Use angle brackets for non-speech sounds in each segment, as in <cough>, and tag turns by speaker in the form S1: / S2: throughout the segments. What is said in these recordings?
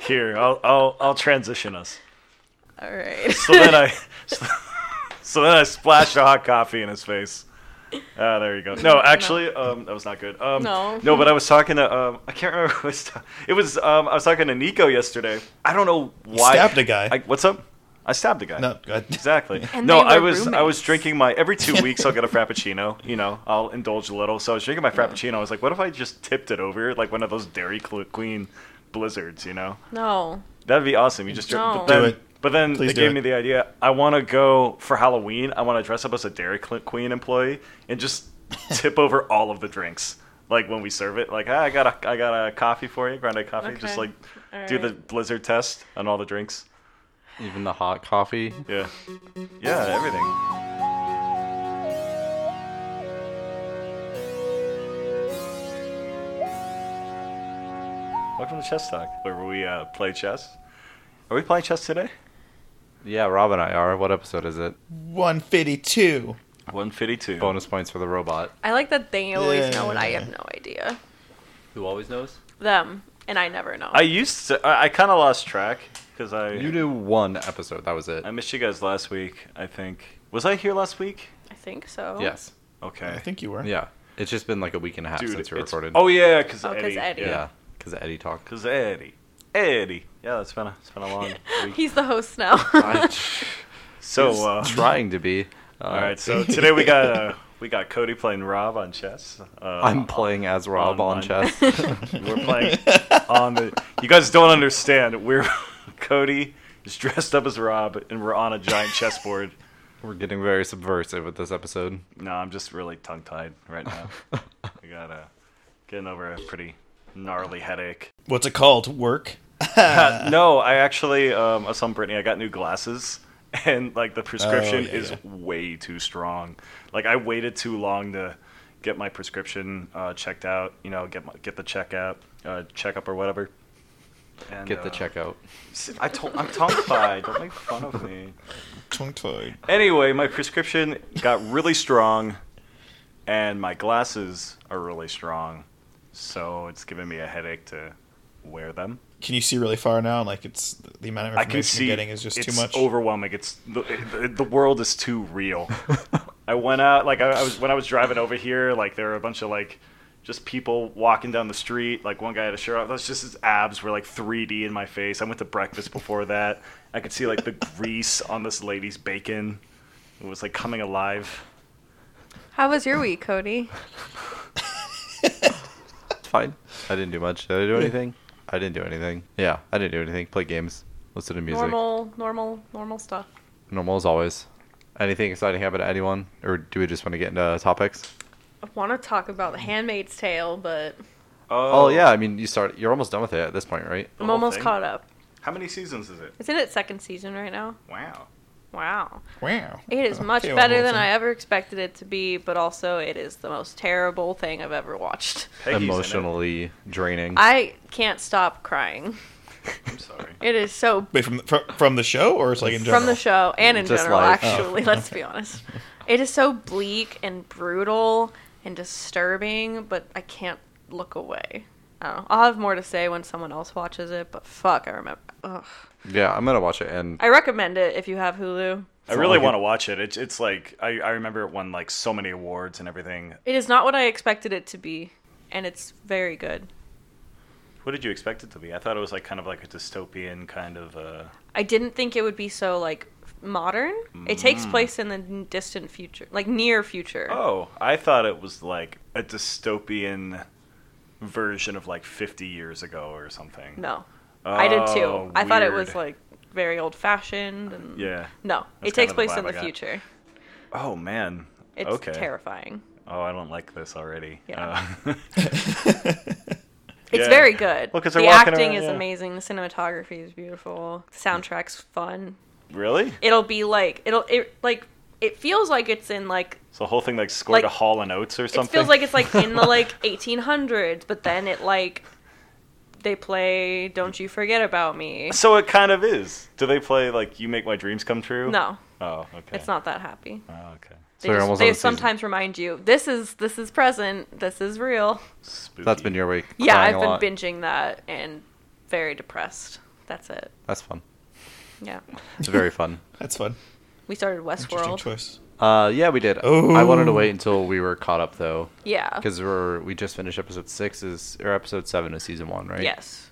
S1: Here, I'll I'll, I'll transition us.
S2: All right.
S1: So then I, <laughs> so, then I splashed a hot coffee in his face. Ah, there you
S2: <laughs>
S1: go. No, actually, um, that was not good. Um,
S2: No.
S1: No, but I was talking to um, I can't remember. Who I was ta- it was um, I was talking to Nico yesterday. I don't know why.
S3: stabbed a guy.
S1: I, what's up? I stabbed a guy.
S3: No, go ahead.
S1: Exactly.
S2: And
S1: no,
S2: they were
S1: I was I was
S2: roommates.
S1: drinking my every
S2: <laughs>
S1: two weeks I'll get a frappuccino. You know, I'll indulge a little. So I was drinking my frappuccino. I was like, what if I just tipped it over like one of those Dairy Cl- Queen blizzards? You know.
S2: <laughs> No.
S1: That'd be awesome. You just drink.
S2: No.
S1: But then,
S3: Do it.
S1: But then
S3: Please
S1: it
S3: do
S1: gave
S3: it.
S1: me the idea. I want to go for Halloween. I want to dress up as a Dairy Cl- Queen employee and
S3: <laughs>
S1: just tip over all of the drinks. Like when we serve it, like "Ah, I got a I got a coffee for you, grande coffee. Just
S2: Okay.
S1: like do the blizzard test on all the drinks.
S4: Even the hot coffee.
S1: Yeah, yeah, everything. Welcome to Chess Talk, where we uh, play chess. Are we playing chess today?
S4: Yeah, Rob and I are. What episode is it?
S3: 152.
S1: 152.
S4: Bonus points for the robot.
S2: I like that they always know and I
S3: Yeah.
S2: have no idea.
S4: Who always knows?
S2: Them and I never know.
S1: I used to. I, I kind of lost track because I
S4: You knew one episode. That was it.
S1: I missed you guys last week. I think was I here last week?
S2: I think
S1: Oh.
S2: so.
S4: yes.
S1: Okay.
S3: I think you were. <laughs>
S4: Yeah. It's just been like a week and a half
S1: Dude,
S4: Ah, since we
S1: it's-
S4: recorded.
S1: Oh yeah, because
S2: Oh, 'cause
S1: Eddie.
S2: Eddie.
S1: Yeah.
S4: yeah. Because Eddie talked.
S1: Because Eddie. Eddie. Yeah, it's been a it's been a
S2: <laughs>
S1: long week.
S4: <laughs>
S2: He's the host now.
S4: I'm
S1: <laughs> so
S4: just
S1: uh,
S4: trying
S1: <laughs>
S4: to be. Uh,
S1: all right.
S4: <laughs>
S1: So today we got uh, we got Cody playing Rob on chess. Uh,
S4: I'm playing as Rob on,
S1: on- <laughs>
S4: chess.
S1: We're playing on the. You guys don't understand. We're <laughs> Cody is dressed up as Rob, and we're on a giant chessboard.
S4: <laughs> We're getting very subversive with this episode.
S1: No, I'm just really tongue tied right now. I got uh, getting over a pretty gnarly headache.
S3: What's it called? Work?
S1: Uh, <laughs> no, I actually, um, I was telling Brittany, I got new glasses, <laughs> and like the prescription
S3: yeah,
S1: is
S3: yeah.
S1: way too strong. Like I waited too long to get my prescription uh, checked out. You know, get my, get the check out, uh, checkup or whatever. And,
S4: <laughs> Get the
S1: uh,
S4: checkout.
S1: <laughs> I told, I'm tongue tied. Don't make fun of me.
S3: Tongue-tied.
S1: Anyway, my prescription got really strong, and my glasses are really strong, so it's giving me a headache to wear them.
S3: Can you see really far now? Like it's the amount of
S1: I
S3: information
S1: can see
S3: you're getting is just
S1: it's
S3: too much.
S1: overwhelming. It's the, the, the world is too real. I went out like I, I was when I was driving over here. Like there were a bunch of like just people walking down the street. Like one guy had a shirt off. That's just his abs were like 3D in my face. I went to breakfast before that. I could see like the <laughs> grease on this lady's bacon. It was like coming alive.
S2: <laughs> How was your week, Cody?
S4: It's fine. I didn't do much. Did I do anything? I didn't do anything. Yeah, I didn't do anything. Play games. Listen to music.
S2: Normal, normal, normal stuff.
S4: Normal as always. Anything exciting happen to anyone? Or do we just want to get into topics?
S2: I want to talk about The Handmaid's Tale, but
S4: Oh, yeah, I mean you start you're almost done with it at this point, right?
S2: I'm
S1: whole
S2: almost
S1: thing?
S2: caught up.
S1: How many seasons is it?
S2: It's in its second season right now.
S1: Wow.
S2: Wow.
S3: wow.
S2: It is
S1: Uh,
S3: Oh,
S2: much
S3: okay,
S2: better
S3: well,
S2: than
S3: well,
S2: I ever expected it to be, but also it is the most terrible thing I've ever watched.
S1: Peggy's in it.
S4: Emotionally draining.
S2: I can't stop crying.
S1: I'm sorry.
S2: It is so
S3: Wait, from, from from the show or it's like in general?
S2: from the show and in
S4: Just
S2: general
S4: life. Oh.
S2: actually, let's be honest. It is so bleak and brutal and disturbing, but I can't look away. I don't know. I'll have more to say when someone else watches it, but fuck, I remember. Ugh.
S4: yeah, I'm gonna watch it and
S2: I recommend it if you have Hulu.
S1: I
S4: not
S1: really
S4: like it-
S1: want to watch it. It's it's like I, I remember it won like so many awards and everything.
S2: It is not what I expected it to be, and it's very good.
S1: What did you expect it to be? I thought it was like kind of like a dystopian kind of. Uh,
S2: I didn't think it would be so like modern. It takes place in the n- distant future, like near future.
S1: oh, I thought it was like a dystopian version of like 50 years ago or something.
S2: No, I did too.
S1: Oh,
S2: I thought it
S1: weird.
S2: was like very old fashioned and
S1: Yeah.
S2: no,
S1: That's
S2: it takes
S1: kind of the
S2: place in
S1: vibe I
S2: the
S1: got.
S2: future.
S1: Oh man.
S2: It's
S1: okay.
S2: terrifying.
S1: Oh, I don't like this already.
S2: Yeah.
S1: Uh, <laughs>
S3: <laughs>
S2: It's
S1: Yeah.
S2: very good.
S1: Well, 'cause they're
S2: the
S1: walking
S2: acting
S1: around,
S2: is
S1: yeah.
S2: amazing. The cinematography is beautiful. The soundtrack's fun.
S1: really?
S2: It'll be like it'll it like it feels like it's in like
S1: So the whole thing like scored
S2: Like-
S1: a Hall and Oates or something.
S2: It feels like it's like in
S1: <laughs>
S2: the like 1800s, but then it like they play "Don't You Forget About Me."
S1: So it kind of is. Do they play like "You Make My Dreams Come True"?
S2: No,
S1: Oh, okay.
S2: it's not that happy.
S1: Oh, okay.
S2: They,
S4: So you're
S2: just-
S4: almost
S2: they
S4: on the season.
S2: sometimes remind you this is this is present, this is real.
S1: Spooky.
S4: that's been your week.
S2: Yeah,
S4: Crying a
S2: I've been
S4: lot.
S2: binging that and very depressed. That's it.
S4: That's fun.
S2: Yeah.
S4: It's
S2: <laughs>
S4: very fun.
S3: That's fun.
S2: We started
S3: Interesting
S2: Westworld.
S3: choice.
S4: Uh, yeah, we did. I wanted to
S3: Ooh.
S4: wait until we were caught up though,
S2: Yeah.
S4: because we're we just finished episode six is or episode seven of season one, right?
S2: Yes.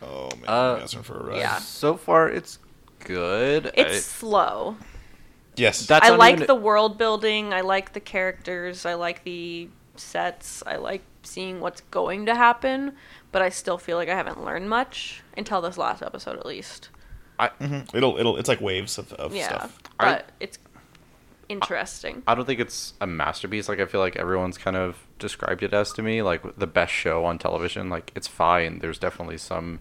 S3: Oh man,
S4: Uh,
S3: you guys are for a ride.
S2: yeah.
S4: So far, it's good.
S2: It's
S4: I-
S2: slow.
S3: Yes.
S4: That's
S2: I
S4: not
S2: like
S4: even-
S2: the world building. I like the characters. I like the sets. I like seeing what's going to happen, but I still feel like I haven't learned much until this last episode, at least.
S3: Mhm. It'll it'll it's like waves of, of
S2: Yeah,
S3: stuff.
S4: Are-
S2: but it's interesting.
S4: I don't think it's a masterpiece. Like I feel like everyone's kind of described it as to me, like the best show on television. Like it's fine. There's definitely some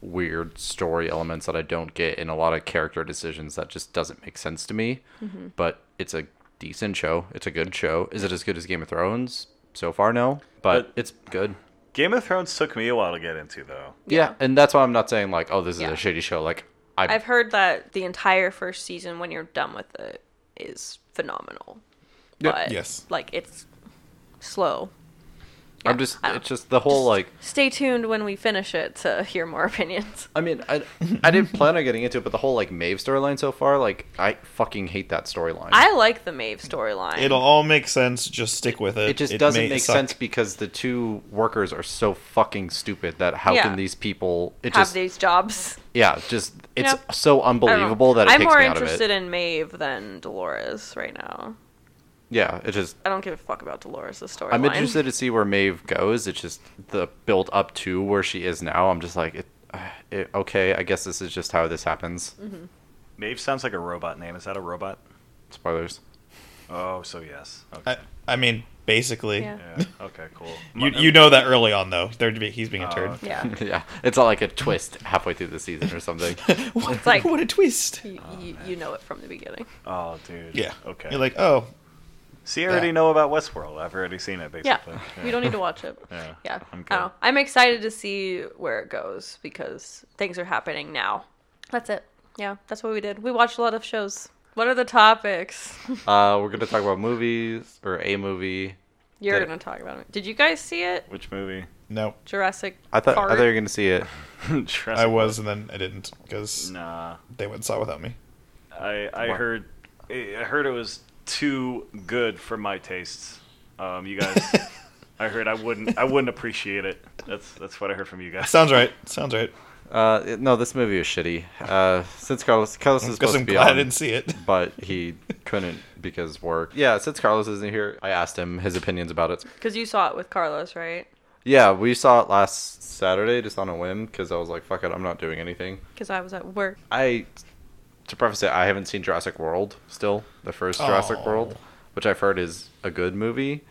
S4: weird story elements that I don't get and a lot of character decisions that just doesn't make sense to me.
S2: Mm-hmm.
S4: But it's a decent show. It's a good show. Is it as good as Game of Thrones? So far, no. But,
S1: But-
S4: it's good.
S1: Game of Thrones took me a while to get into though.
S4: Yeah. and that's why I'm not saying like, oh, this is
S2: Yeah.
S4: a shady show. Like I,
S2: I've heard that the entire first season, when you're done with it, is phenomenal.
S4: Yeah,
S2: But,
S3: yes.
S2: like it's slow.
S4: I'm just
S2: I don't-
S4: it's just the whole like
S2: Stay tuned when we finish it to hear more <laughs> opinions.
S4: I mean, I,
S3: <laughs>
S4: I didn't plan on getting into it, but the whole like Maeve storyline so far, like I fucking hate that storyline.
S2: I like the Maeve storyline.
S3: It'll all make sense. Just stick with it.
S4: It just
S3: may
S4: doesn't make
S3: suck.
S4: sense because the two workers are so fucking stupid that how
S2: Yeah.
S4: can these people? It
S2: have
S4: just
S2: these jobs.
S4: yeah, just it's
S2: Yeah.
S4: so
S2: I don't know.
S4: unbelievable that it
S2: I'm
S4: takes
S2: more
S4: me out
S2: interested
S4: of it.
S2: in Maeve than Dolores right now.
S4: Yeah, it just
S2: I don't give a fuck about Dolores' storyline.
S4: I'm interested to see where Maeve goes. It's just the build up to where she is now. I'm just like, it, <sighs> it, okay, I guess this is just how this happens.
S2: Mm-hmm.
S1: Maeve sounds like a robot name. Is that a robot?
S4: Spoilers. <laughs>
S1: Oh, so yes. Okay.
S3: I, I mean, basically,
S2: Yeah.
S1: yeah. Okay. Cool.
S3: <laughs> you you know that early on though. They're to be, he's being a
S1: Oh,
S3: turd.
S1: okay.
S2: <laughs>
S4: <laughs>
S2: Yeah.
S4: yeah, it's not like a twist halfway through the season or something.
S3: <laughs> what,
S2: It's like-
S3: what a twist.
S2: You, you, you know it from the beginning.
S1: Oh, dude.
S3: Yeah.
S1: Okay.
S3: You're like, oh,
S1: See, I already
S3: Yeah.
S1: know about Westworld. I've already seen it,
S2: Yeah.
S1: basically.
S2: You don't need to watch it.
S1: Yeah.
S2: Yeah.
S1: I'm
S2: I
S1: good.
S2: don't know. I'm excited to see where it goes because things are happening now. That's it. Yeah. That's what we did. We watched a lot of shows. What are the topics <laughs>
S4: Uh, we're gonna talk about movies or a movie.
S2: you're
S4: Did it.
S2: going to talk about? It. Did you guys see it?
S1: Which movie? <laughs>
S3: no,
S2: Jurassic
S4: I thought
S2: Park?
S4: I thought you were gonna see it.
S1: Jurassic
S3: I was, and then I didn't because
S1: Nah.
S3: they went and saw it without me.
S1: I I
S4: What?
S1: heard I heard it was too good for my tastes. Um,
S3: <laughs>
S1: you guys, I heard I wouldn't I wouldn't appreciate it. That's that's what I heard from you guys.
S3: Sounds right. Sounds right.
S4: Uh, it- no, this movie is shitty. Uh, since Carlos
S3: <laughs>
S4: Carlos is
S3: Because
S4: supposed
S3: I'm
S4: to be
S3: glad I
S4: on,
S3: didn't see it. <laughs>
S4: but he couldn't because work. Yeah, since Carlos isn't here, I asked him his opinions about it.
S2: Because you saw it with Carlos, right?
S4: Yeah, we saw it last Saturday just on a whim because I was like, "Fuck it, I'm not doing anything."
S2: Because I was at work.
S4: I to preface it, I haven't seen Jurassic World still, the first Jurassic
S3: Aw.
S1: Oh.
S4: World, which I've heard is a good movie,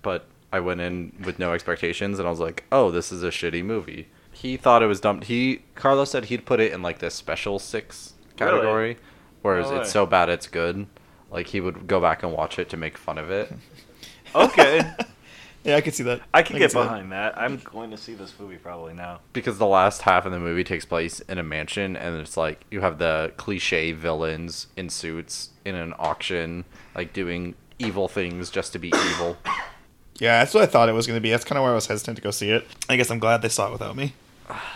S4: but I went in with no expectations and I was like, "Oh, this is a shitty movie." He thought it was dumb. He Carlos said he'd put it in like this special 6
S1: Really?
S4: category, whereas
S1: No way.
S4: it's so bad it's good. Like he would go back and watch it to make fun of it.
S1: Okay,
S3: Yeah, I could see that.
S1: I can get
S3: see that.
S1: behind that. I'm going to see this movie probably now.
S4: because the last half of the movie takes place in a mansion and it's like you have the cliche villains in suits in an auction like doing evil things just to be evil
S3: Yeah, that's what I thought it was going to be. That's kind of why I was hesitant to go see it. I guess I'm glad they saw it without me.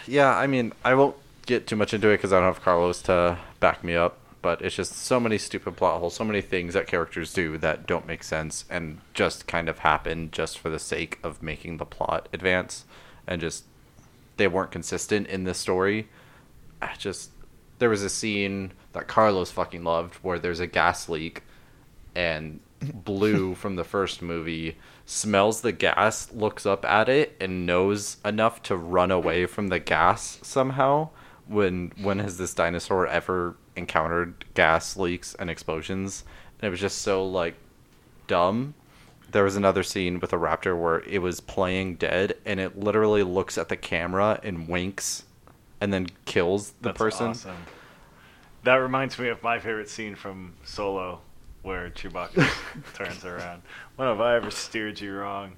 S4: yeah i mean i won't get too much into it because i don't have carlos to back me up but it's just so many stupid plot holes so many things that characters do that don't make sense and just kind of happen just for the sake of making the plot advance and just they weren't consistent in this story. I just there was a scene that Carlos fucking loved where there's a gas leak and
S1: <laughs>
S4: Blue from the first movie smells the gas, looks up at it and knows enough to run away from the gas somehow. When when has this dinosaur ever encountered gas leaks and explosions? And it was just so like dumb there was another scene with a raptor where it was playing dead and it literally looks at the camera and winks and then kills the
S1: That's
S4: person.
S1: awesome. That reminds me of my favorite scene from Solo, where
S4: <laughs>
S1: Chewbacca turns around. When have I ever steered you wrong?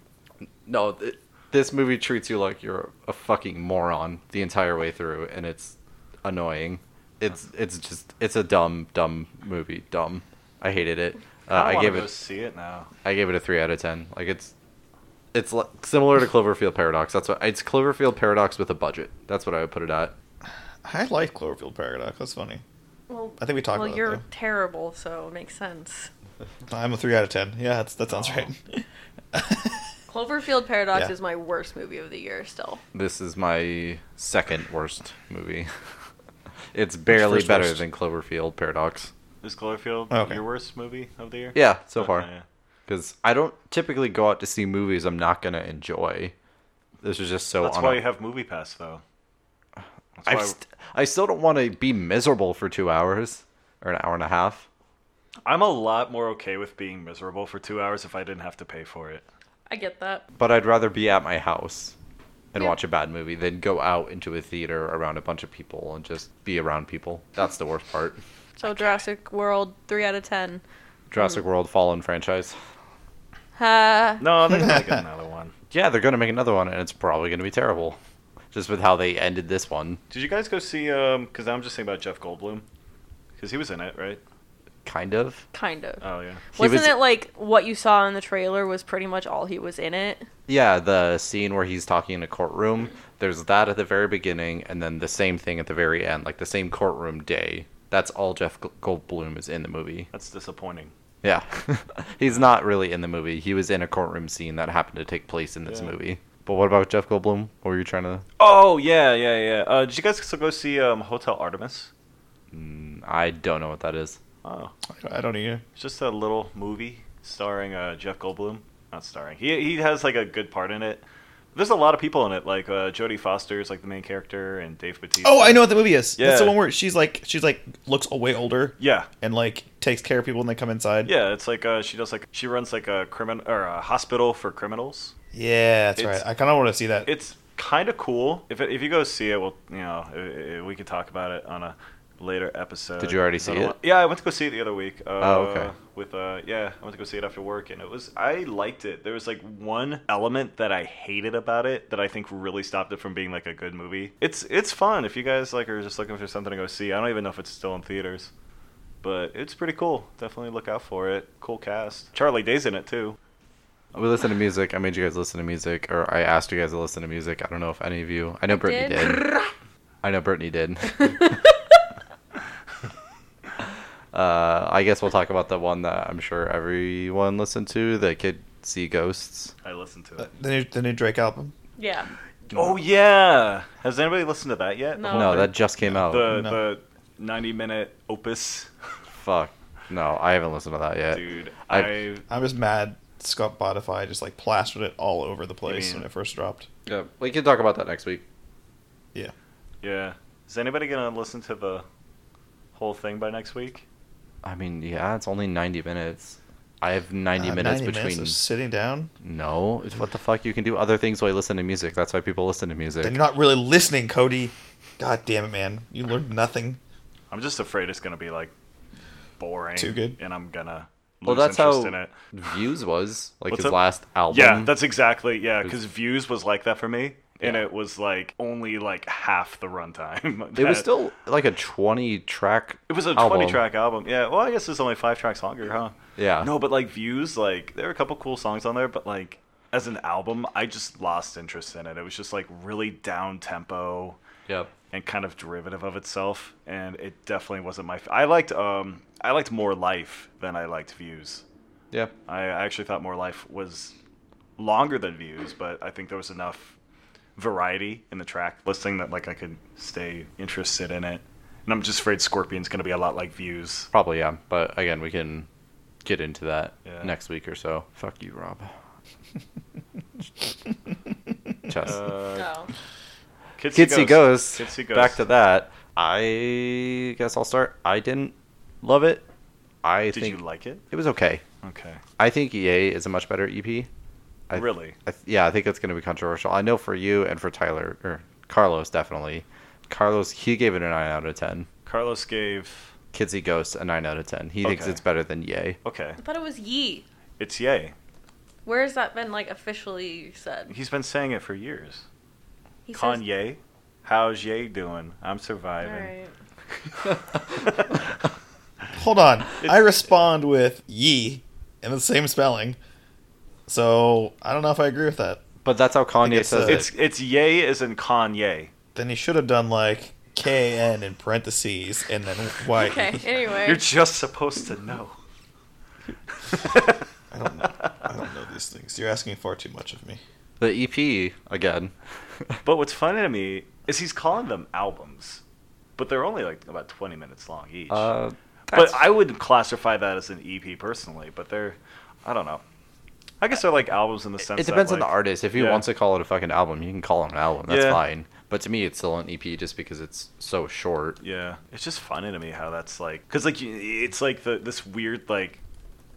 S4: No, th- this movie treats you like you're a fucking moron the entire way through and it's annoying. It's it's just it's a dumb dumb movie, dumb. I hated it. Uh,
S1: I,
S4: I,
S1: wanna
S4: gave
S1: go
S4: it
S1: see it now.
S4: I gave it a 3 out of 10. Like it's it's like similar to Cloverfield Paradox. That's what it's Cloverfield Paradox with a budget. That's what I would put it at.
S3: I like Cloverfield Paradox. That's funny.
S2: Well,
S3: I think we talked
S2: Well,
S3: about it,
S2: you're
S3: though.
S2: terrible, so it makes sense.
S3: I'm a three out of ten. Yeah, that's, that sounds right. <laughs>
S2: Cloverfield Paradox
S3: Yeah.
S2: is my worst movie of the year still.
S4: This is my second worst movie. <laughs> it's barely
S3: first
S4: better
S3: worst?
S4: than Cloverfield Paradox.
S1: Is Cloverfield
S3: Okay.
S1: your worst movie of the year?
S4: Oh, Yeah, so
S1: Okay,
S4: far.
S1: yeah.
S4: Because I don't typically go out to see movies I'm not gonna enjoy. This is just so.
S1: That's
S4: on
S1: why
S4: a-
S1: you have Movie Pass, though. That's
S4: I've
S1: why-
S4: st- I still don't want to be miserable for two hours or an hour and a half.
S1: I'm a lot more okay with being miserable for two hours if I didn't have to pay for it.
S2: I get that.
S4: But I'd rather be at my house and
S2: Yeah.
S4: watch a bad movie than go out into a theater around a bunch of people and just be around people. That's the worst part.
S2: So Jurassic World, three out of ten.
S4: Jurassic World Fallen franchise.
S2: Uh,
S1: No, they're
S4: <laughs>
S1: gonna make another one.
S4: Yeah, they're going to make another one and it's probably going to be terrible. Just with how they ended this one.
S1: Did you guys go see? Um, because I'm just thinking about Jeff Goldblum, because he was in it, right?
S4: Kind of.
S2: kind of.
S1: Oh yeah.
S4: He
S2: Wasn't
S4: was-
S2: it like what you saw in the trailer was pretty much all he was in it?
S4: Yeah, the scene where he's talking in a courtroom, there's that at the very beginning, and then the same thing at the very end, like the same courtroom day. That's all Jeff G- Goldblum is in the movie.
S1: That's disappointing.
S4: Yeah. <laughs> he's not really in the movie. He was in a courtroom scene that happened to take place in this
S1: Yeah.
S4: movie. But what about Jeff Goldblum? What were you trying to.
S1: Oh yeah, yeah, yeah. Uh, did you guys also go see um, Hotel Artemis?
S4: I don't know what that is.
S1: Oh,
S3: I don't either.
S1: it's just a little movie starring uh, Jeff Goldblum. Not starring. He he has like a good part in it. There's a lot of people in it, like uh, Jodie Foster is like the main character, and Dave Bautista.
S3: Oh, I know what the movie is. That's the
S1: Yeah.
S3: one where she's like she's like looks way older
S1: Yeah,
S3: and like takes care of people when they come inside.
S1: yeah. It's like uh, she does like she runs like a criminal or a hospital for criminals.
S3: Yeah, that's
S1: It's-
S3: right. I kind of want to see that.
S1: it's kind of cool. If it, if you go see it, well, you know, i- i- we could talk about it on a later episode.
S4: Did you already
S1: I
S4: see
S1: don't
S4: it?
S1: wa- yeah, I went to go see it the other week. Uh,
S4: Oh, okay.
S1: With uh, yeah, I went to go see it after work, and it was I liked it. There was like one element that I hated about it that I think really stopped it from being like a good movie. It's it's fun if you guys like are just looking for something to go see. I don't even know if it's still in theaters. But it's pretty cool. Definitely look out for it. Cool cast. Charlie Day's in it too.
S4: We listened to music. I made you guys listen to music, or I asked you guys to listen to music. I don't know if any of you. I know Brittany
S2: did.
S4: did. I know Brittany did. uh, I guess we'll talk about the one that I'm sure everyone listened to, the Kid See Ghosts.
S1: I listened to
S3: Uh,
S1: it.
S3: the new the new Drake album.
S2: <laughs> Yeah.
S1: Oh yeah. Has anybody listened to that yet? The
S2: No.
S1: whole
S4: No,
S1: thing?
S4: that just came out.
S1: the
S3: No.
S1: the 90 minute opus
S4: Fuck. No, I haven't listened to that
S1: <laughs>
S4: yet.
S1: dude
S4: I-
S1: i,
S3: I'm just mad Scott Spotify just like plastered it all over the place
S1: mean-
S3: when it first dropped.
S4: Yeah, we can talk about that next week.
S3: Yeah.
S1: yeah is anybody gonna listen to the whole thing by next week
S4: I mean, yeah, it's only 90 minutes. I have 90
S3: Uh,
S4: minutes
S3: 90
S4: between.
S3: of sitting down.
S4: No, it's what the fuck? You can do other things while you listen to music. That's why people listen to music.
S3: Then you're not really listening, Cody. God damn it, man. You learned nothing.
S1: i'm just afraid it's gonna be like boring
S3: Too good.
S1: and i'm gonna
S4: well,
S1: lose
S4: that's
S1: interest
S4: how
S1: in it
S4: Views was like
S1: What's
S4: his
S1: up?
S4: last album.
S1: yeah that's exactly yeah
S4: It's-
S1: because views was like that for me and
S4: Yeah.
S1: it was like only like half the runtime <laughs>
S4: it
S1: that-
S4: was still like a 20 track.
S1: It was a
S4: album.
S1: 20 track album. Yeah. Well, I guess it's only five tracks longer, huh?
S4: Yeah.
S1: No, but like views, like there were a couple cool songs on there, but like as an album, I just lost interest in it. It was just like really down tempo
S4: Yep.
S1: and kind of derivative of itself, and it definitely wasn't my. F- I liked um I liked more life than I liked views.
S4: Yep.
S1: I I actually thought more life was longer than views, but I think there was enough variety in the track listing that like I could stay interested in it. And I'm just afraid Scorpion's gonna be a lot like views.
S4: Probably yeah, but again, we can get into that
S1: Yeah.
S4: next week or so. Fuck you, Rob. Chess.
S2: <laughs>
S1: Uh,
S2: No.
S1: Kids See
S4: Kids See
S1: Ghosts.
S4: Ghosts.
S1: Kids See
S4: Back
S1: Ghosts.
S4: to that. I guess I'll start. I didn't love it. I
S1: Did
S4: think
S1: you like it?
S4: it was okay.
S1: Okay.
S4: I think EA is a much better EP. I,
S1: Really?
S4: I th- yeah, I think it's going to be controversial. I know for you and for Tyler or Carlos definitely. Carlos he gave it a nine out of ten.
S1: Carlos gave.
S4: Kidsy Ghost a nine out of ten. He thinks
S1: Okay.
S4: it's better than E
S1: <laughs>
S4: Yay.
S1: Okay,
S2: I thought it was Yee.
S1: it's yay.
S2: Where has that been like officially said?
S1: He's been saying it for years.
S2: He says-
S1: Kanye, how's Ye doing? I'm surviving.
S2: Alright.
S3: <laughs>
S1: <laughs>
S3: Hold on. I respond with ye in the same spelling. So I don't know if I agree with that.
S4: But that's how Kanye
S3: guess,
S4: says
S3: uh,
S4: it.
S1: It's it's Ye as in Kanye.
S3: Then he should have done like K N in parentheses and then Y. E. <laughs>
S2: Okay. Anyway.
S1: You're just supposed to know.
S3: I don't know. I don't know these things. You're asking far too much of me.
S4: The EP again. <laughs>
S1: But what's funny to me is he's calling them albums, but they're only like about 20 minutes long each.
S4: uh,
S1: but
S4: that's-
S1: I would classify that as an EP personally. But they're, I don't know. I guess they're like albums in the sense.
S4: it depends
S1: that,
S4: on the
S1: like-
S4: artist. If he
S1: Yeah.
S4: wants to call it a fucking album, you can call it an album. That's
S1: Yeah.
S4: fine. But to me, it's still an EP just because it's so short.
S1: Yeah, it's just funny to me how that's like, because like you- it's like the this weird like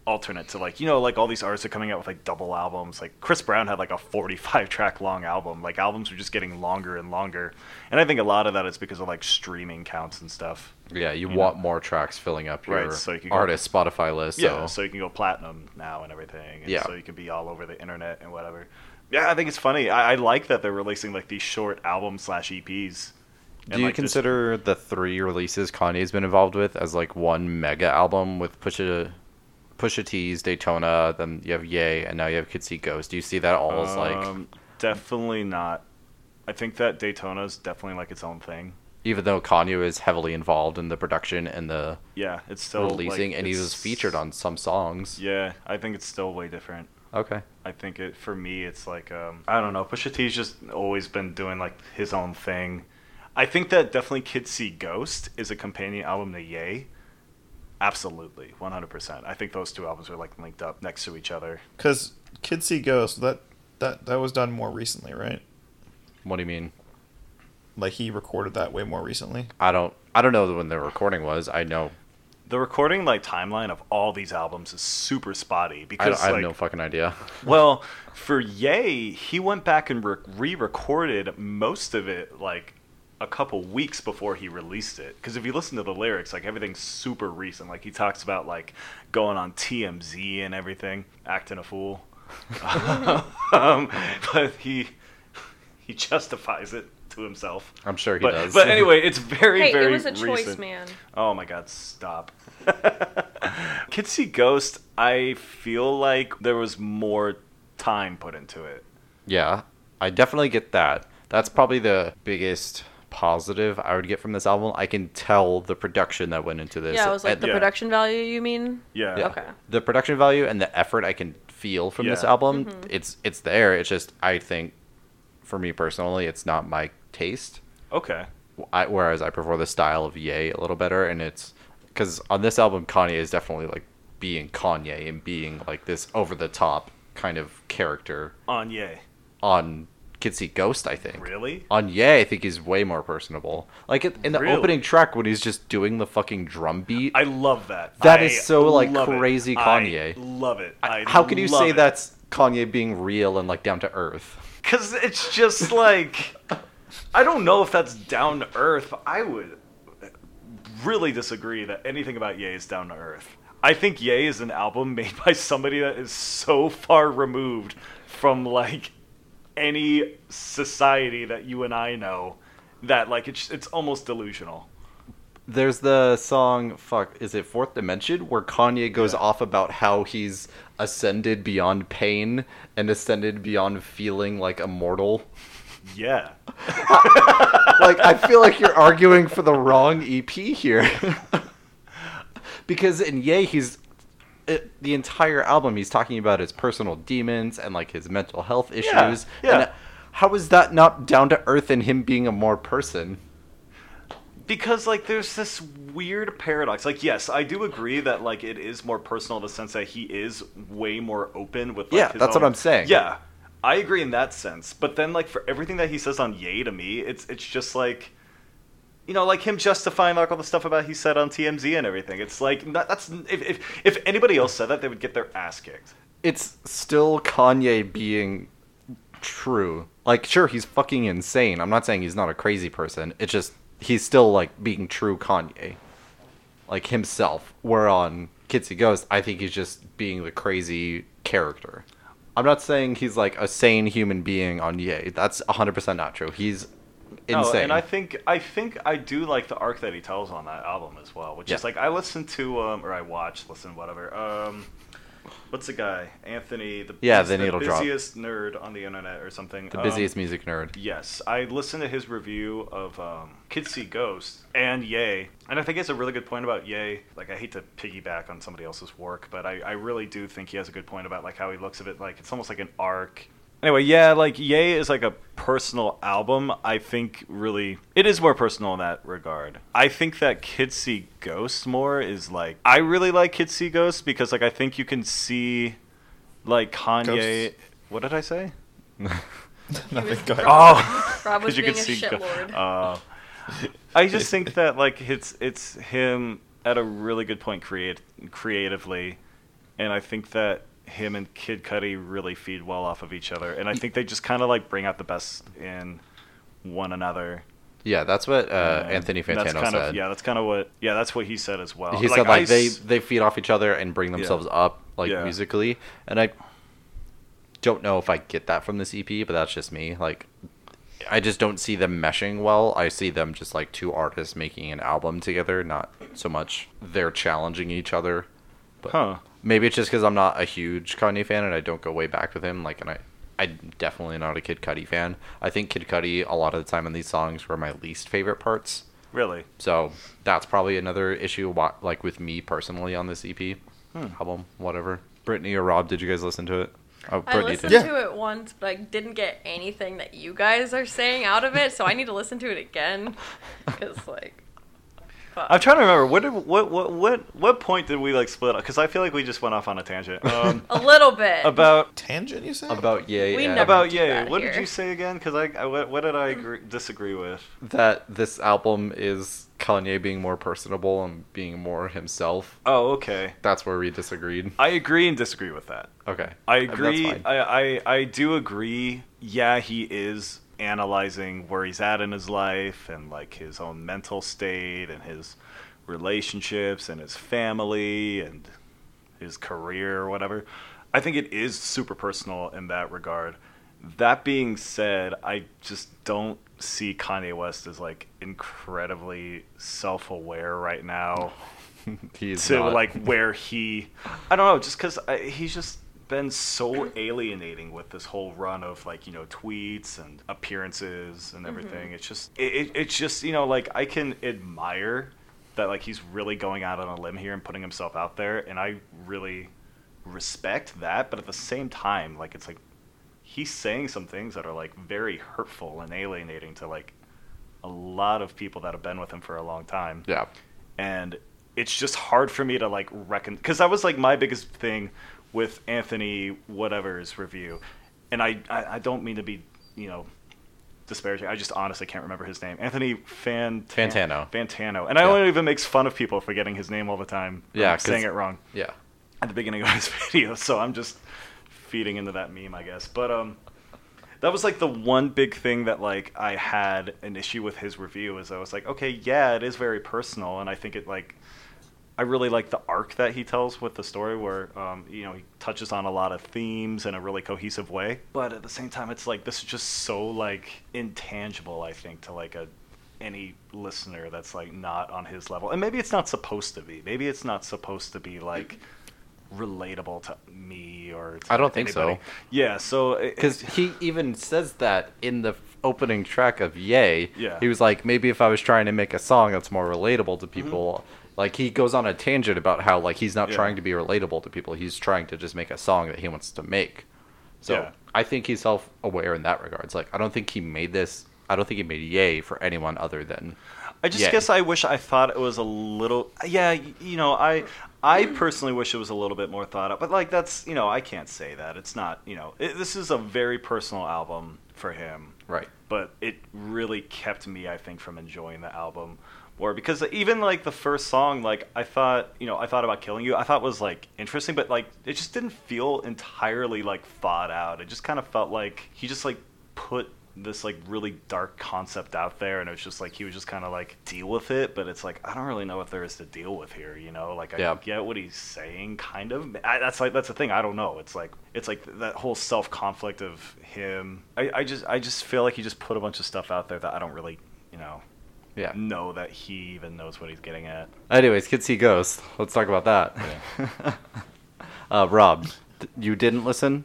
S1: alternate to like you know like all these artists are coming out with like double albums. Like Chris Brown had like a forty-five <laughs> track long album. Like albums are just getting longer and longer, and I think a lot of that is because of like streaming counts and stuff.
S4: Yeah, you,
S1: You
S4: want more tracks filling up your
S1: Right, so you can go-
S4: artist Spotify list.
S1: Yeah,
S4: so
S1: so you can go platinum now and everything. And
S4: Yeah.
S1: so you can be all over the internet and whatever. Yeah, I think it's funny. I, I like that they're releasing like these short albums slash E EPs.
S4: Do you consider the three releases Kanye's been involved with as like one mega album with Pusha, Pusha T's Daytona, then you have Ye, and now you have Kids See Ghost? Do you see that all as like,
S1: Um, definitely not. I think that Daytona's definitely like its own thing.
S4: even though Kanye is heavily involved in the production and the
S1: Yeah, it's still like,
S4: releasing, and he
S1: it's-
S4: was featured on some songs?
S1: Yeah, I think it's still way different.
S4: Okay.
S1: I think it for me it's like um, I don't know. Pusha T's just always been doing like his own thing. I think that definitely Kids See Ghost is a companion album to Yay. Absolutely, one hundred percent. I think those two albums are like linked up next to each other.
S3: Because Kids See Ghosts, that, that, that was done more recently, right?
S4: What do you mean?
S3: Like he recorded that way more recently. <laughs>
S4: I don't. I don't know when the recording was. I know.
S1: The recording like timeline of all these albums is super spotty
S4: I, I
S1: because
S4: have
S1: like
S4: no fucking idea.
S1: Well, for Yay, he went back and re recorded most of it like a couple weeks before he released it. Because if you listen to the lyrics, like everything's super recent. Like he talks about like going on TMZ and everything, acting a fool.
S4: <laughs>
S1: um, but he he justifies it to himself.
S4: I'm sure he
S1: but,
S4: does.
S1: But anyway, it's very
S2: hey,
S1: very
S2: it was a choice,
S1: recent.
S2: man.
S1: Oh my god, stop. <laughs> Kids See Ghost, I feel like there was more time put into it.
S4: <laughs> Yeah, I definitely get that. That's probably the biggest positive I would get from this album. I can tell the production that went into this.
S2: yeah, I was like
S4: Uh,
S2: the
S1: yeah.
S2: production value. You mean?
S1: Yeah.
S4: yeah.
S2: Okay.
S4: The production value and the effort I can feel from this
S1: Yeah.
S4: album,
S2: Mm-hmm.
S4: it's it's there. It's just I think for me personally, it's not my taste.
S1: Okay.
S4: I, whereas I prefer the style of Ye a little better, and it's because on this album Kanye is definitely like being Kanye and being like this over the top kind of character
S1: On Yay.
S4: on Kids See Ghost. I think
S1: Really?
S4: on Ye, I think he's way more personable. Like in in the
S1: Really?
S4: opening track when he's just doing the fucking drum beat.
S1: I love that.
S4: That
S1: That
S4: is
S1: is
S4: so, like, crazy Kanye.
S1: I love it. I
S4: How can you
S1: love
S4: say
S1: it.
S4: that's Kanye being real and like down to earth?
S1: Because it's just like I don't know if that's down to earth. But I would really disagree that anything about Ye is down to earth. I think Ye is an album made by somebody that is so far removed from like any society that you and I know that like it's it's almost delusional.
S4: There's the song fuck is it Fourth Dimension where Kanye goes off about how he's ascended beyond pain and ascended beyond feeling like immortal.
S1: <laughs> Yeah.
S4: like I feel like you're arguing for the wrong EP here. <laughs> because in Yay, he's it, the entire album he's talking about his personal demons and like his mental health issues.
S1: Yeah, yeah.
S4: And how is that not down to earth and him being a more person?
S1: because like there's this weird paradox like yes i do agree that like it is more personal in the sense that he is way more open with like,
S4: Yeah,
S1: his
S4: that's what
S1: own-
S4: I'm saying.
S1: yeah i agree in that sense but then like for everything that he says on yay to me it's it's just like you know like him justifying like all the stuff about he said on tmz and everything it's like not, that's if, if if anybody else said that they would get their ass kicked
S4: It's still Kanye being true. Like sure he's fucking insane. I'm not saying he's not a crazy person. It's just he's still like being true Kanye. Like himself. Where on Kitsy Ghost, I think he's just being the crazy character. I'm not saying he's like a sane human being on Ye. That's 100% not true. He's
S1: No,
S4: insane.
S1: Oh, and I think I think I do like the arc that he tells on that album as well, which
S4: Yeah.
S1: is like I listened to um, or I watched, listen, whatever. Um, what's the guy? Anthony, the
S4: Yeah,
S1: he's
S4: then
S1: the
S4: it'll drop.
S1: busiest nerd on the internet or something.
S4: The
S1: Um,
S4: busiest music nerd. <laughs>
S1: Yes, I listened to his review of um, Kids See Ghosts and Yay, and I think it's a really good point about Yay. Like, I hate to piggyback on somebody else's work, but I, I really do think he has a good point about like how he looks at it. Like, it's almost like an arc. Anyway, yeah, like Yay is like a personal album. I think really it is more personal in that regard. I think that Kids See Ghosts more is like I really like Kids See Ghosts because like I think you can see like Kanye.
S3: Ghosts.
S1: What did I say?
S3: Nothing. Go ahead.
S1: Oh,
S2: Rob
S1: <laughs>
S2: was
S1: 'Cause you
S2: being
S1: could
S2: a
S1: see go-
S2: shitlord.
S1: uh, I just think that like it's it's him at a really good point create creatively, and I think that him and Kid Cudi really feed well off of each other, and I think they just kind of like bring out the best in one another.
S4: Yeah, that's what uh,
S1: And
S4: Anthony Fantano
S1: that's kind
S4: said.
S1: Of, yeah, that's kind of what. Yeah, that's what he said as well.
S4: he said like
S1: I
S4: they
S1: s-
S4: they feed off each other and bring themselves up like
S1: Yeah.
S4: musically and i don't know if i get that from this ep but that's just me like i just don't see them meshing well i see them just like two artists making an album together not so much they're challenging each other but
S1: Huh.
S4: maybe it's just because i'm not a huge kanye fan and i don't go way back with him like and i I'm definitely not a Kid Cudi fan. I think Kid Cudi, a lot of the time in these songs, were my least favorite parts.
S1: really.
S4: So that's probably another issue, wa- like with me personally on this EP
S1: Hmm.
S4: album, whatever. Brittany or Rob, did you guys listen to it? Oh,
S2: I
S4: Brittany
S2: listened
S4: did.
S3: Yeah.
S2: to it once, but I didn't get anything that you guys are saying out of it, so I need to listen to it <laughs> again. Because, like, fuck.
S1: I'm trying to remember what did, what what what what point did we like split up? Because I feel like we just went off on a tangent.
S2: <laughs>
S1: Um,
S2: a little bit.
S1: about
S3: Tangent, you said?
S4: About yay
S2: We
S4: and
S2: never-
S1: about
S2: do
S1: yay
S2: that
S1: what did
S2: here.
S1: you say again because I, I what, what did i agree, disagree with
S4: that this album is Kanye being more personable and being more himself.
S1: oh okay
S4: That's where we disagreed.
S1: i agree and disagree with that
S4: Okay,
S1: i
S4: That's
S1: agree
S4: fine.
S1: I, I i do agree yeah he is analyzing where he's at in his life and like his own mental state and his relationships and his family and his career or whatever i think it is super personal in that regard that being said, I just don't see Kanye West as like incredibly self-aware right now
S4: <laughs> He's
S1: to
S4: not-
S1: like where he I don't know, just cuz he's just been so alienating with this whole run of like, you know, tweets and appearances and everything. It's just it, it, it's just, you know, like I can admire that like he's really going out on a limb here and putting himself out there and I really respect that, but at the same time, like it's like he's saying some things that are like very hurtful and alienating to like a lot of people that have been with him for a long time
S4: yeah,
S1: and it's just hard for me to like reckon because that was like my biggest thing with Anthony whatever's review, and I, I I don't mean to be you know disparaging. I just honestly can't remember his name. Anthony Fan
S4: Fantano.
S1: Fantano, and I
S4: Yeah.
S1: only even makes fun of people for getting his name all the time. for
S4: Yeah, 'cause-
S1: saying it wrong
S4: yeah.
S1: at the beginning of his <laughs> video, so I'm just feeding into that meme, I guess. But um, that was like the one big thing that like I had an issue with his review is I was like, okay, yeah, it is very personal, and I think it like I really like the arc that he tells with the story where um, you know he touches on a lot of themes in a really cohesive way, but at the same time, it's like this is just so like intangible, I think, to like a any listener that's like not on his level and maybe it's not supposed to be maybe it's not supposed to be like relatable to me or to
S4: I don't think so.
S1: anybody. yeah so it-
S4: Because he even says that in the f- opening track of Yay.
S1: Yeah.
S4: He was like, maybe if I was trying to make a song that's more relatable to people. Like, he goes on a tangent about how, like, he's not
S1: Mm-hmm. Yeah.
S4: trying to be relatable to people. He's trying to just make a song that he wants to make. So
S1: Yeah.
S4: I think he's self aware in that regard. It's like, I don't think he made this. I don't think he made Yay for anyone other than.
S1: I just
S4: Yay.
S1: guess I wish I thought it was a little. Yeah, y- you know, I I personally wish it was a little bit more thought out. But like that's you know I can't say that it's not you know it, this is a very personal album for him.
S4: Right.
S1: But it really kept me I think from enjoying the album more because even like the first song like I thought you know I thought about killing you I thought was like interesting but like it just didn't feel entirely like thought out. It just kind of felt like he just like put this like really dark concept out there and it was just like he was just kind of like deal with it but it's like i don't really know what there is to deal with here you know like i
S4: Yeah.
S1: get what he's saying kind of I, that's like that's the thing i don't know it's like it's like that whole self conflict of him I, I just i just feel like he just put a bunch of stuff out there that i don't really you know
S4: Yeah.
S1: know that he even knows what he's getting at
S4: Anyways, Kids See Ghosts. Let's talk about that. <laughs> Uh, Rob, th- you didn't listen.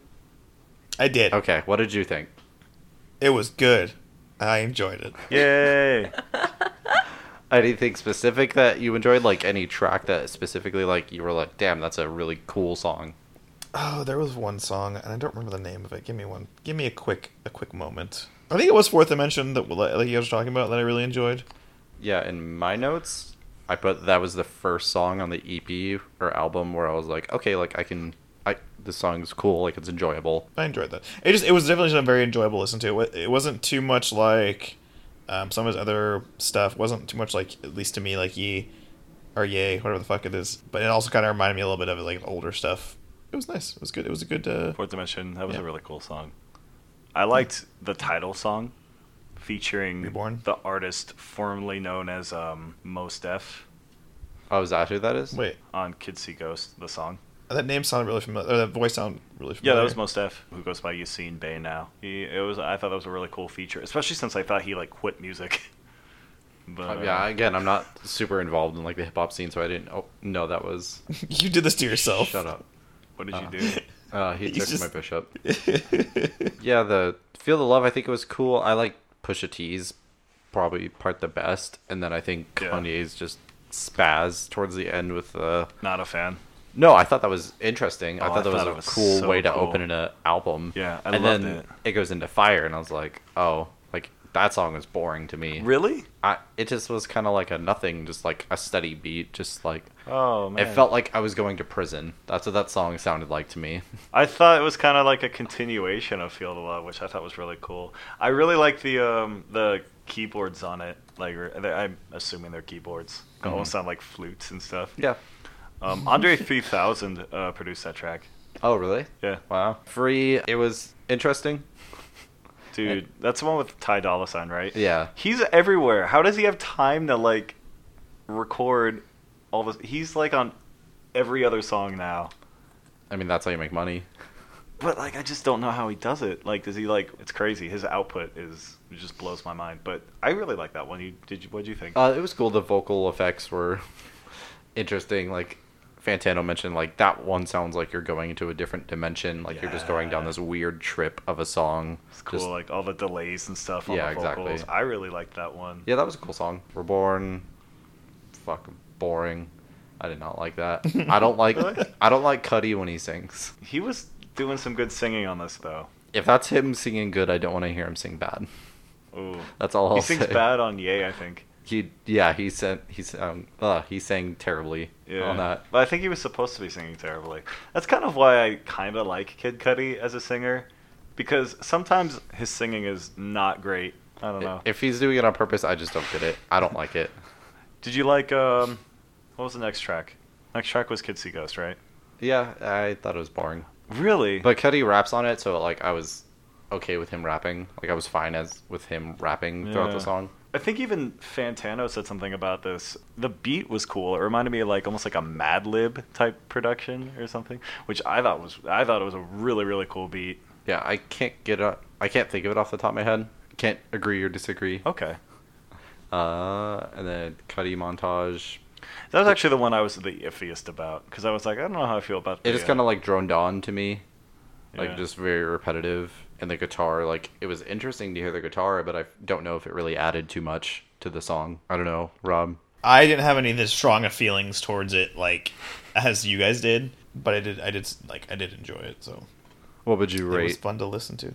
S3: I did.
S4: Okay, what did you think?
S3: It was good. I enjoyed it.
S1: Yay!
S4: Anything specific that you enjoyed? Like any track that specifically, like you were like, "Damn, that's a really cool song."
S3: Oh, there was one song, and I don't remember the name of it. Give me one. Give me a quick, a quick moment. I think it was fourth dimension that like you guys were talking about that I really enjoyed.
S4: Yeah, in my notes, I put that was the first song on the EP or album where I was like, "Okay, like I can, I this song's cool, like it's enjoyable."
S3: I enjoyed that. It just it was definitely a very enjoyable listen to. It wa- It wasn't too much like um, some of his other stuff. wasn't too much like at least to me like ye or yay whatever the fuck it is. But it also kind of reminded me a little bit of like older stuff. It was nice. It was good. It was a good.
S1: <laughs>
S3: Uh,
S1: Fourth Dimension. That was
S3: Yeah.
S1: a really cool song. I liked the title song, featuring
S3: Reborn?
S1: the artist formerly known as um, Mos Def
S4: Oh, is that who that is?
S3: wait,
S1: on Kids See Ghost, the song.
S3: that name sounded really familiar. Or that voice sounded really
S1: Yeah,
S3: familiar.
S1: that was Mos Def, who goes by Yassine Bey now. He, it was. I thought that was a really cool feature, especially since I thought he like quit music. <laughs> But
S4: Uh,
S1: uh,
S4: yeah, again, I'm not super involved in like the hip hop scene, so I didn't oh, know that was.
S3: <laughs> you did this to yourself.
S4: Shut up.
S1: what did
S4: Uh.
S1: you
S4: <laughs>
S1: do?
S4: Uh,
S3: <laughs>
S4: he
S3: He's
S4: took
S3: Oh. just-
S4: my bishop.
S3: up.
S4: Yeah, the Feel the Love I think it was cool. I like Pusha T's probably part the best, and then I think
S1: Yeah.
S4: Kanye's just spaz towards the end with uh
S1: Not a fan.
S4: no i thought that was interesting
S1: Oh,
S4: i thought that
S1: I
S4: was
S1: thought
S4: a
S1: it was
S4: cool
S1: so
S4: way to
S1: cool.
S4: open an uh, album
S1: Yeah, I
S4: and
S1: loved
S4: then
S1: it.
S4: goes into fire and i was like oh like that song is boring to me
S1: Really?
S4: I, it just was kind of like a nothing just like a steady beat just like
S1: Oh man.
S4: it felt like i was going to prison that's what that song sounded like to me
S1: I thought it was kind of like a continuation of Field of Love, which I thought was really cool. I really like the um, the keyboards on it. Like or- they're- I'm assuming they're keyboards. They Almost sound like flutes and stuff.
S4: Mm-hmm. yeah
S1: Um, Andre 3000 uh, produced that track.
S4: oh really
S1: Yeah,
S4: wow free it was interesting
S1: dude, that's the one with Ty Dolla Sign, right?
S4: Yeah.
S1: he's everywhere. How does he have time to like record all this? He's like on every other song now.
S4: i mean that's how you
S1: <laughs>
S4: make money
S1: But like, I just don't know how he does it. Like, does he like? It's crazy. His output is it just blows my mind. But I really like that one. You did? You, what do you think?
S4: Uh, it was cool. The vocal effects were <laughs> interesting. Like Fantano mentioned, like that one sounds like you're going into a different dimension. Like you're just going down
S1: Yeah.
S4: this weird trip of a song.
S1: it's cool.
S4: Just-
S1: like all the delays and stuff on
S4: Yeah,
S1: the vocals.
S4: exactly.
S1: I really liked that one.
S4: yeah, that was a cool song. Reborn. Fuck, boring. I did not like that.
S1: <laughs>
S4: I don't like.
S1: Really?
S4: I don't like Cuddy when he sings.
S1: He was doing some good singing on this though.
S4: If that's him singing good, I don't want to hear him sing bad.
S1: Ooh.
S4: That's all I'll
S1: he sings
S4: say.
S1: bad on Yay, I think.
S4: He yeah he sent he sang uh, he sang terribly
S1: Yeah.
S4: on that.
S1: But I think he was supposed to be singing terribly. That's kind of why I kind of like Kid Cudi as a singer, because sometimes his singing is not great. I don't know.
S4: If he's doing it on purpose, I just don't get it. I don't like it.
S1: Did you like um what was the next track? Next track was Kid See Ghost, right?
S4: <laughs> Yeah, I thought it was boring.
S1: Really?
S4: But Cuddy raps on it, so like I was okay with him rapping. Like I was fine as with him rapping throughout
S1: Yeah.
S4: the song.
S1: I think even Fantano said something about this. The beat was cool. It reminded me of like almost like a Mad Lib type production or something, which I thought was I thought it was a really really cool beat.
S4: Yeah, I can't get up. I can't think of it off the top of my head. Can't agree or disagree.
S1: Okay.
S4: Uh, and then Cuddy montage.
S1: That was actually the one I was the iffiest about because I was like, I don't know how I feel about
S4: It
S1: the,
S4: just
S1: uh,
S4: kind of like droned on to me, like
S1: yeah.
S4: just very repetitive. And the guitar, like it was interesting to hear the guitar, but I don't know if it really added too much to the song. I don't know, Rob.
S3: <laughs> I didn't have any as strong of feelings towards it like as you guys did, but I did. I did like I did enjoy it. So
S4: What would you
S3: it was
S4: rate?
S3: fun to listen to.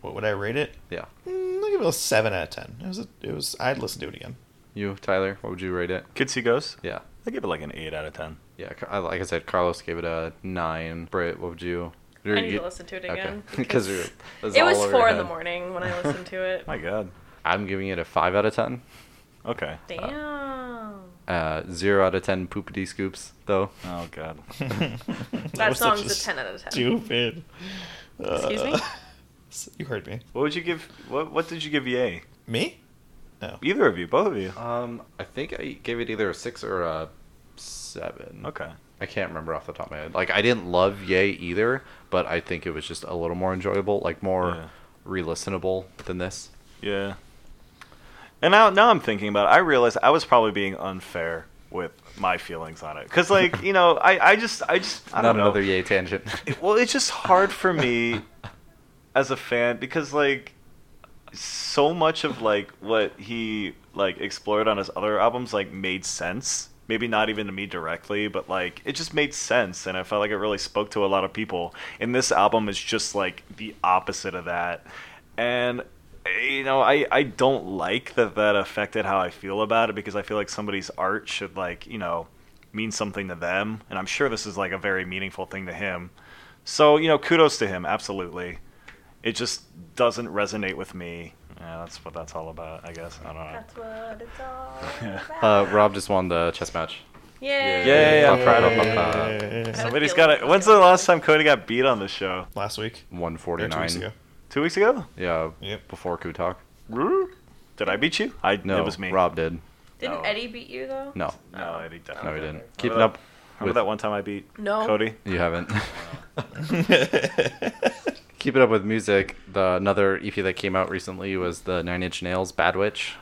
S3: What would I rate it?
S4: Yeah,
S3: Mm, I'll give it a seven out of ten. It was. A, it was. I'd listen to it again.
S4: you, Tyler. What would you rate it?
S1: Kids See Ghost.
S4: Yeah.
S1: I give it like an eight out of ten.
S4: Yeah, Ca- I- like I said, Carlos gave it a nine. Britt, what would you?
S2: I need to listen to it <laughs>
S4: <laughs>
S2: again.
S4: because
S2: It was four in the morning when I <laughs> listened to it.
S1: My God.
S4: <laughs> I'm giving it a five out of ten.
S1: Okay.
S2: Damn.
S4: Uh, zero out of ten poopity scoops though.
S1: Oh God.
S3: <laughs>
S2: That
S3: was such
S2: song's a 10 out of 10.
S3: Stupid.
S2: Excuse me?
S3: me. <laughs> You heard me.
S1: What would you give? What What did you give Yay?
S3: Me? No.
S1: Either of you, both of you.
S4: Um, I think I gave it either a six or a seven.
S1: Okay.
S4: I can't remember off the top of my head. Like I didn't love Yay either, but I think it was just a little more enjoyable, like more
S1: Yeah.
S4: re-listenable than this.
S1: Yeah. And now, now I'm thinking about it. I realize I was probably being unfair with my feelings on it because like you know I, I just I just I
S4: Not
S1: don't know.
S4: another yay tangent.
S1: <laughs> It- well, it's just hard for me as a fan because like so much of like what he like explored on his other albums like made sense. Maybe not even to me directly, but like it just made sense, and I felt like it really spoke to a lot of people. And this album is just like the opposite of that, and you know I I don't like that that affected how I feel about it because I feel like somebody's art should like you know mean something to them, and I'm sure this is like a very meaningful thing to him. So you know, kudos to him, absolutely. It just doesn't resonate with me. Yeah, that's what that's all about, I guess. I don't know.
S2: That's what <laughs> it's all
S1: Yeah.
S4: <laughs> uh,
S2: about.
S4: Rob just won the chess match.
S2: Yay.
S1: Yay, I'm proud of
S4: him.
S3: Yeah.
S2: Yeah.
S1: Somebody's got it. When's the last time Cody got beat on the show?
S3: Last week, or two
S1: <laughs>
S3: weeks
S4: 149.
S3: ago. <laughs>
S1: Two weeks ago?
S4: Yeah,
S3: Yep.
S4: before Kutok.
S1: Roo? Did I beat you? I
S4: No,
S1: it was me.
S4: Rob did.
S2: Didn't
S1: No.
S2: Eddie beat you though?
S4: No,
S1: No, I did
S3: Oh,
S4: no, he didn't.
S1: Keep
S4: Keeping up
S1: Remember
S4: with-
S1: that one time I beat
S2: No.
S1: Cody?
S4: You haven't. <laughs> Keep it up with music. The another EP that came out recently was the Nine Inch Nails Bad Witch.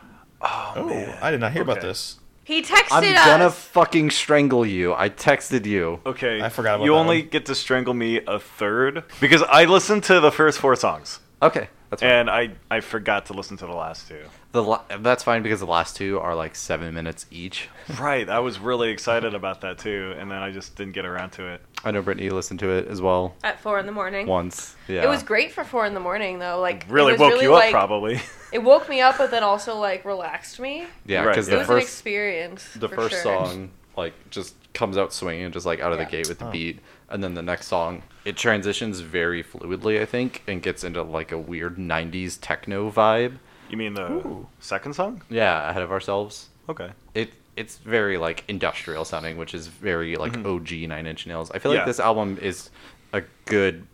S3: Oh, I did not hear about
S1: Okay.
S3: this.
S2: He texted
S4: I'm
S2: us.
S4: gonna fucking strangle you. I texted you.
S1: Okay.
S3: I forgot about
S1: You
S3: that
S1: only
S3: one.
S1: get to strangle me a third because I listened to the first four songs
S4: Okay, that's fine.
S1: and I I forgot to listen to the last
S4: <laughs>
S1: two.
S4: the la- that's fine because the last two are like seven minutes each.
S1: Right, I was really excited about that too, and then I just didn't get around to it.
S4: I know Brittany listened to it as well
S2: at four in the morning.
S4: once. Yeah,
S2: It was great for four in the morning though. Like it
S1: Really
S2: was
S1: woke you up,
S2: like-
S1: probably.
S2: It woke me up, but then also like relaxed me.
S4: Yeah,
S1: Right,
S4: because
S1: yeah.
S2: It
S4: the
S2: was an
S4: first
S2: experience.
S4: the
S2: for sure.
S4: first song like just comes out swinging just like out of
S2: Yeah.
S4: the gate with the
S3: Oh.
S4: beat and then the next song it transitions very fluidly i think and gets into like a weird 90s techno vibe
S1: <laughs> You mean the
S3: Ooh.
S1: second song?
S4: yeah ahead of ourselves
S1: Okay.
S4: it it's very like industrial sounding which is very like og nine inch nails i feel
S1: Mm-hmm. Yeah.
S4: like this album is a good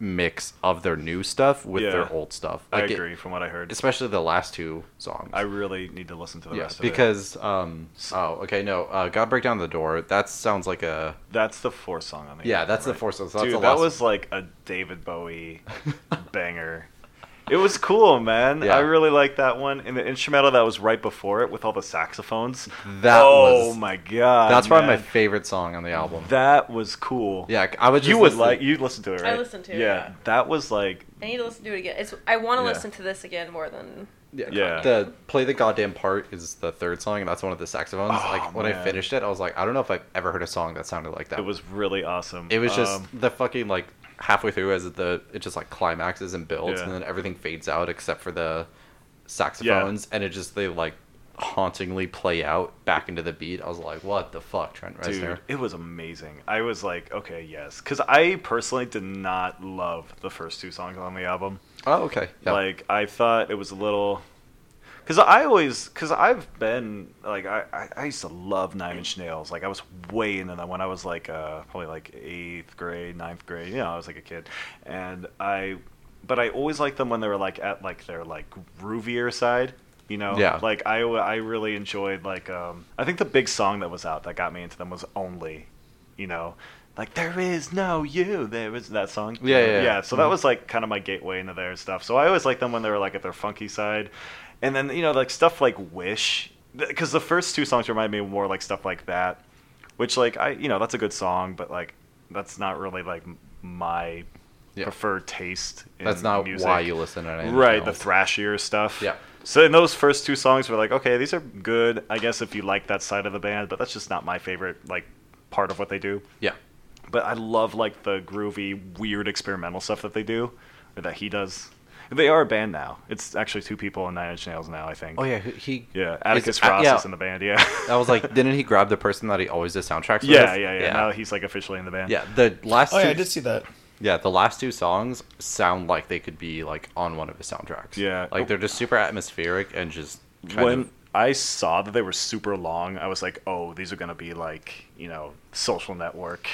S4: mix of their new stuff with
S1: Yeah.
S4: their old stuff
S1: I
S4: Like, it-
S1: agree from what I heard.
S4: especially the last two songs
S1: I really need to listen to the
S4: yeah,
S1: rest of it.
S4: because um oh okay no uh god break down the door that sounds like a
S1: That's the fourth song on the
S4: Yeah,
S1: album,
S4: that's the
S1: right?
S4: fourth song, so that's
S1: Dude,
S4: the
S1: that
S4: last-
S1: was like a David
S4: <laughs>
S1: Bowie banger. It was cool, man.
S4: Yeah.
S1: I really liked that one. And the instrumental that was right before it with all the saxophones.
S4: That
S1: oh
S4: was-
S1: my god.
S4: That's probably my
S1: man.
S4: favorite song on the album.
S1: That was cool.
S4: yeah, I would. Just
S1: you would
S4: listen-
S1: like you listened to it,
S2: I
S1: right?
S2: listened to it, yeah.
S1: that was like
S2: I need to listen to it again. It's I want to
S1: Yeah.
S2: listen to this again more than
S1: Yeah.
S4: The play the goddamn part is the third song, and that's one of the saxophones.
S1: Oh,
S4: like when
S1: man.
S4: I finished it, I was like, I don't know if I've ever heard a song that sounded like that.
S1: it was really awesome.
S4: It was just
S1: Um,
S4: the fucking like halfway through as the it just like climaxes and builds,
S1: Yeah.
S4: and then everything fades out except for the saxophones, and it just they like hauntingly play out back into the beat. I was like, what the fuck, Trent Reznor?
S1: Dude, it was amazing. I was like, okay, yes, because I personally did not love the first two songs on the album.
S4: Oh, okay. Yeah.
S1: Like, I thought it was a little, because I always, because I've been like, I, I I used to love Nine Inch Nails. Like, I was way into that when I was like, uh, probably like eighth grade, ninth grade. You know, I was like a kid, and I, but I always liked them when they were like at like their like groovier side. You know,
S4: Yeah.
S1: like I, I really enjoyed like um I think the big song that was out that got me into them was only, you know, like there is no you, there is that song.
S4: Yeah, yeah, Mm-hmm. yeah.
S1: So that was like kind of my gateway into their stuff. So I always liked them when they were like at their funky side, and then you know like stuff like Wish, because the first two songs remind me more like stuff like that, which like I you know that's a good song, but like that's not really like m- my
S4: Yeah.
S1: preferred taste. In
S4: that's not
S1: music.
S4: why you listen to it.
S1: Right, the thrashier stuff.
S4: Yeah.
S1: So in those first two songs, we're like, okay, these are good, I guess, if you like that side of the band, but that's just not my favorite like part of what they do.
S4: Yeah.
S1: But I love like the groovy, weird, experimental stuff that they do, or that he does. They are a band now. It's actually two people in Nine Inch Nails now, I think.
S4: Oh yeah, he- he.
S1: Yeah,
S4: is-
S1: Atticus
S4: uh,
S1: Ross
S4: yeah.
S1: is in the band.
S4: <laughs>
S1: Yeah.
S4: I was like, didn't he grab the person that he always does soundtracks with?
S1: yeah, yeah, yeah, Now
S4: yeah.
S1: he's like officially in the band.
S4: Yeah, the last
S3: Oh yeah,
S4: two-
S3: I did see that.
S4: yeah, the last two songs sound like they could be like on one of his soundtracks.
S1: Yeah.
S4: like they're just super atmospheric and just kind
S1: when
S4: of
S1: I saw that they were super long, I was like, "Oh, these are gonna be like you know, social network,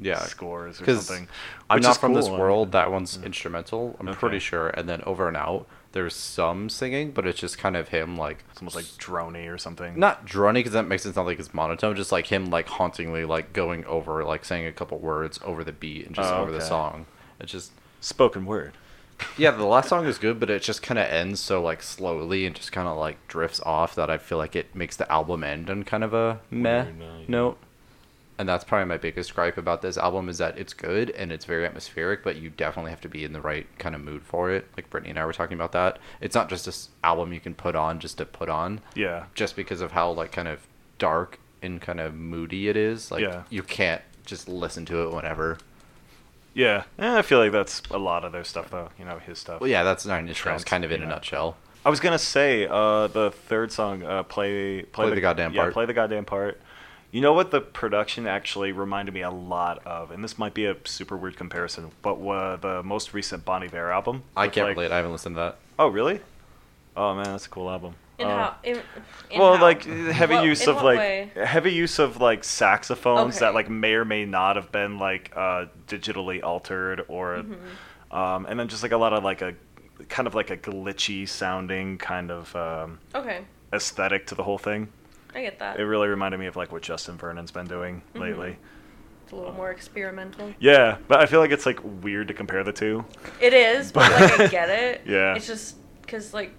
S4: yeah
S1: scores or
S4: 'Cause
S1: something."
S4: I'm
S1: which
S4: not
S1: is
S4: from this
S1: cool. Mm.
S4: world. That one's instrumental. I'm
S1: Okay.
S4: pretty sure. And then over and out, there's some singing, but it's just kind of him like
S1: It's almost like drony or something.
S4: not drony because that makes it sound like it's monotone. Just like him like hauntingly like going over like saying a couple words over the beat and just
S1: Oh,
S4: over the
S1: okay.
S4: song. It's just
S1: spoken word.
S4: yeah, the last song is good, but it just kind of ends so like slowly and just kind of like drifts off that I feel like it makes the album end on kind of a meh
S5: Weird, uh, yeah.
S4: note. And that's probably my biggest gripe about this album is that it's good and it's very atmospheric, but you definitely have to be in the right kind of mood for it. Like Brittany and I were talking about that. It's not just this album you can put on just to put on,
S1: Yeah.
S4: just because of how like kind of dark and kind of moody it is. Like
S1: Yeah.
S4: you can't just listen to it whenever.
S1: Yeah. Eh, I feel like that's a lot of their stuff, though. You know, his stuff.
S4: Well, yeah, that's Nine Inch Nails
S1: Trends,
S4: kind of in
S1: you
S4: a
S1: know.
S4: nutshell.
S1: I was gonna say uh, the third song, uh, play, play
S4: the goddamn
S1: yeah,
S4: part.
S1: play the goddamn part. You know what the production actually reminded me a lot of, and this might be a super weird comparison, but uh, the most recent Bon Iver album.
S4: I
S1: with,
S4: can't
S1: like-
S4: relate. I haven't listened to that.
S1: Oh really? Oh man, that's a cool album.
S2: In
S1: Uh,
S2: how? In, in
S1: well,
S2: how?
S1: like heavy
S2: What-
S1: use
S2: in
S1: of
S2: what
S1: like
S2: way?
S1: heavy use of like saxophones that
S2: Okay.
S1: like may or may not have been like uh, digitally altered or,
S2: Mm-hmm.
S1: um, and then just like a lot of like a kind of like a glitchy sounding kind of um,
S2: Okay,
S1: aesthetic to the whole thing.
S2: I get that.
S1: It really reminded me of like what Justin Vernon's been doing
S2: Mm-hmm.
S1: lately.
S2: It's a little more experimental.
S1: Yeah, but I feel like it's like weird to compare the two.
S2: It is, but
S1: <laughs>
S2: like I get it.
S1: Yeah.
S2: It's just because like